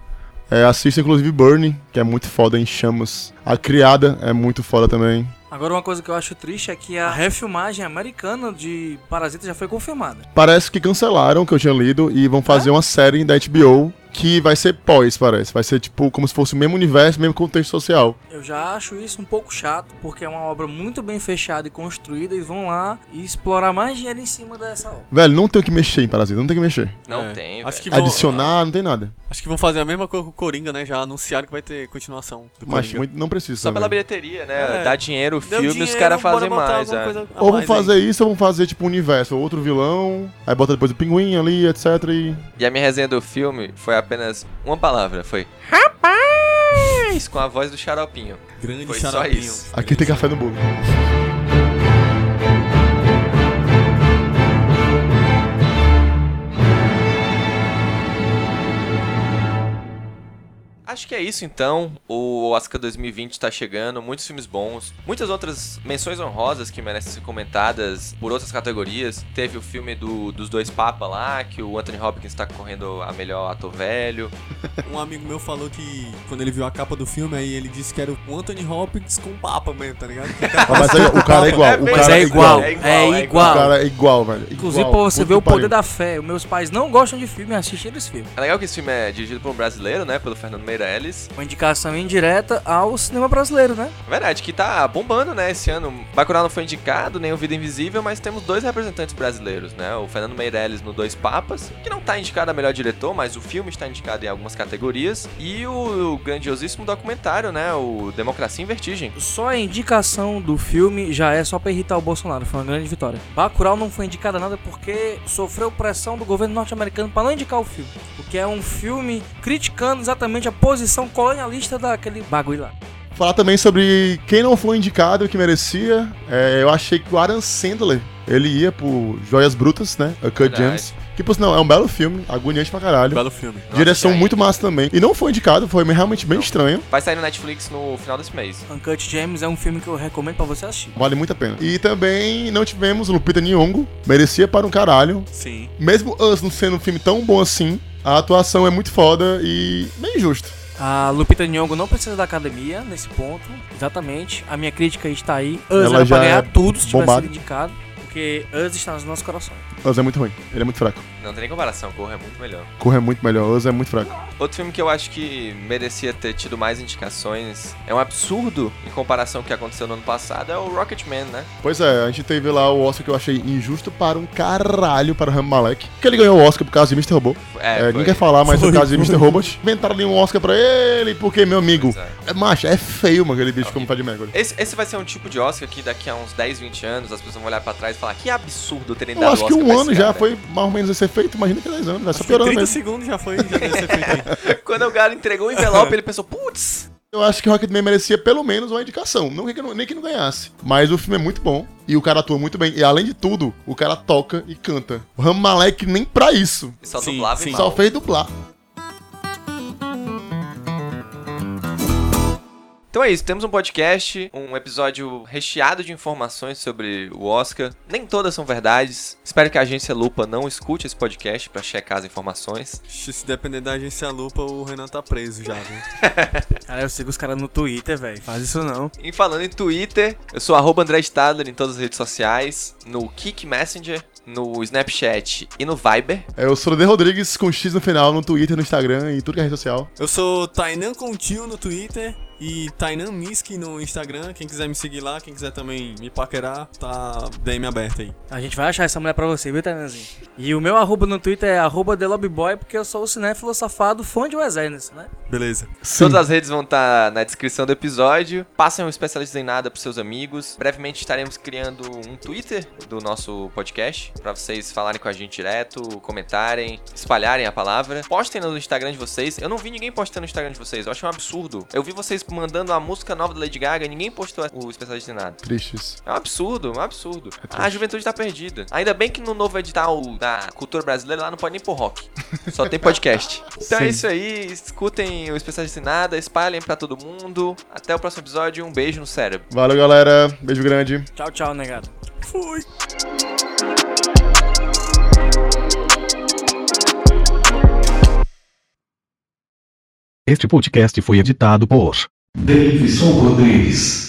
É, assista, inclusive, Burning, que é muito foda em chamas. A Criada é muito foda também.
Agora, uma coisa que eu acho triste é que a refilmagem americana de Parasita já foi confirmada.
Parece que cancelaram o que eu tinha lido e vão fazer uma série da HBO que vai ser pós, parece. Vai ser tipo como se fosse o mesmo universo, mesmo contexto social.
Eu já acho isso um pouco chato, porque é uma obra muito bem fechada e construída, e vão lá e explorar mais dinheiro em cima dessa obra.
Velho, não tem o que mexer em Parasita, não tem o que mexer.
Não
É.
tem,
Acho que
velho.
vão,
Adicionar, não tem nada.
Acho que vão fazer a mesma coisa com o Coringa, né? Já anunciaram que vai ter continuação do
Mas
Coringa.
muito- não precisa.
Só pela
velho.
bilheteria, né?
É.
Dá dinheiro, o
Deu
filme, os
dinheiro,
caras
bora
fazem
botar
mais.
alguma
é.
coisa a
Ou vão
mais aí.
fazer isso, ou vão fazer tipo um universo, outro vilão, aí bota depois o pinguim ali, etc. E
E a minha resenha do filme foi apenas uma palavra, foi... Rapaz! Com a voz do xaropinho.
Grande
Foi só
xaropinho.
isso.
aqui tem café no bolo.
Acho que é isso então. O Oscar 2020 tá chegando, muitos filmes bons, muitas outras menções honrosas que merecem ser comentadas por outras categorias. Teve o filme do- dos dois papas lá, que o Anthony Hopkins tá correndo a melhor ator velho.
Um amigo meu falou que quando ele viu a capa do filme, aí ele disse que era o Anthony Hopkins com o Papa mesmo, tá ligado? Que o cara
Ah, mas aí, o cara é igual, o
Mas
cara
é igual,
é
é
igual,
igual.
é igual.
O cara é igual, velho.
Inclusive,
igual.
pra você
Puta
ver o
que pariu.
poder da fé. Meus pais não gostam de filme, assistem esse filme.
É legal que esse filme é dirigido por um brasileiro, né? Pelo Fernando Meirelles.
Uma indicação indireta ao cinema brasileiro, né?
Verdade, que tá bombando, né? Esse ano. Bacurau não foi indicado, nem o Vida Invisível, mas temos dois representantes brasileiros, né? O Fernando Meirelles no Dois Papas, que não tá indicado a melhor diretor, mas o filme está indicado em algumas categorias. E o grandiosíssimo documentário, né? O Democracia em Vertigem.
Só a indicação do filme já é só pra irritar o Bolsonaro. Foi uma grande vitória. Bacurau não foi indicada a nada porque sofreu pressão do governo norte-americano pra não indicar o filme. O que é um filme criticando exatamente a posição colonialista daquele bagulho lá.
Falar também sobre quem não foi indicado e que merecia. É, eu achei que o Aaron Sandler, ele ia por Joias Brutas, né? A Cut
Verdade.
James. Que, por sinal, é um belo filme, agoniante pra caralho.
Belo filme.
Nossa,
Direção
que
muito
ainda.
massa também. E não foi indicado, foi realmente bem
Não.
estranho.
Vai sair no Netflix no final desse mês.
Uncut James é um filme que eu recomendo pra você assistir.
Vale muito a pena. E também não tivemos Lupita Nyong'o. Merecia para um caralho.
Sim.
Mesmo Us não sendo um filme tão bom assim, a atuação é muito foda e bem justo.
A Lupita Nyong'o não precisa da academia nesse ponto, exatamente. A minha crítica está aí. Us
Ela
era
já
pra ganhar
é
tudo se tivesse
bombada.
sido indicado, porque Us está nos nossos corações.
Us é muito ruim. Ele é muito fraco.
Não tem nem comparação, Corra é muito melhor.
Corra é muito melhor. Us é muito fraco.
Outro filme que eu acho que merecia ter tido mais indicações, é um absurdo em comparação com o que aconteceu no ano passado, é o Rocketman, né?
Pois é, a gente teve lá o Oscar que eu achei injusto para um caralho para o Rami Malek. Que ele ganhou o Oscar por causa de Mr. Robot. É,
foi-
ninguém quer falar, mas
Foi,
por causa de
foi.
Mr. Robot. Inventaram ali um Oscar pra ele, porque, meu amigo,
Pois é.
é macho, é feio, mano, aquele bicho como Fred Mercury.
Esse, esse vai ser um tipo de Oscar que daqui a uns 10, 20 anos as pessoas vão olhar pra trás e falar que absurdo terem
Eu
dado
acho que
Oscar né? pra
um
esse
ano já
cara."
foi mais ou menos esse efeito, imagina que 10 anos, vai só
Acho que em
piorando né?
30
mesmo.
segundos já foi. Já deu esse efeito aí.
Quando o cara entregou o envelope, ele pensou, putz,
Eu acho que o Rocketman merecia pelo menos uma indicação, não, que não- nem que não ganhasse. Mas o filme é muito bom e o cara atua muito bem. E além de tudo, o cara toca e canta. O Rami Malek nem pra isso.
e só
Sim,
dublava e
sim.
mal.
Só fez dublar.
Então é isso, temos um podcast, um episódio recheado de informações sobre o Oscar. Nem todas são verdades. Espero que a agência Lupa não escute esse podcast pra checar as informações.
Ixi, Se depender da agência Lupa, o Renan tá preso já, viu?
Cara, eu sigo os caras no Twitter, velho. Faz isso não.
E falando em Twitter, eu sou arroba André Stadler em todas as redes sociais, no Kik Messenger, no Snapchat e no Viber.
É, eu sou o De Rodrigues com X no final, no Twitter, no Instagram e tudo que é rede social.
Eu sou Tainan Contil no Twitter e Tainan Miski no Instagram. Quem quiser me seguir lá, quem quiser também me paquerar, tá DM aberta aí.
A gente vai achar essa mulher pra você, viu, Taranzinho? E o meu arroba no Twitter é arroba TheLobbyBoy, porque eu sou o cinéfilo safado fã de Wes Anderson, né?
Beleza.
Todas as redes vão estar na descrição do episódio. Passem um especialista em nada pros seus amigos. Brevemente estaremos criando um Twitter do nosso podcast pra vocês falarem com a gente direto, comentarem, espalharem a palavra. Postem no Instagram de vocês. Eu não vi ninguém postando no Instagram de vocês. Eu achei um absurdo. Eu vi vocês mandando a música nova da Lady Gaga e ninguém postou o especialista em nada.
Tristes.
É um absurdo, um absurdo. a juventude tá perdida. Ainda bem que no novo edital da cultura brasileira lá não pode nem pôr rock. Só tem podcast. Então é
Sim.
isso aí. Escutem o Especialista em Nada, espalhem pra todo mundo. Até o próximo episódio. Um beijo no cérebro.
Valeu, galera. Beijo grande.
Tchau, tchau, negado.
Fui.
Este podcast foi editado por
Davidson Rodrigues.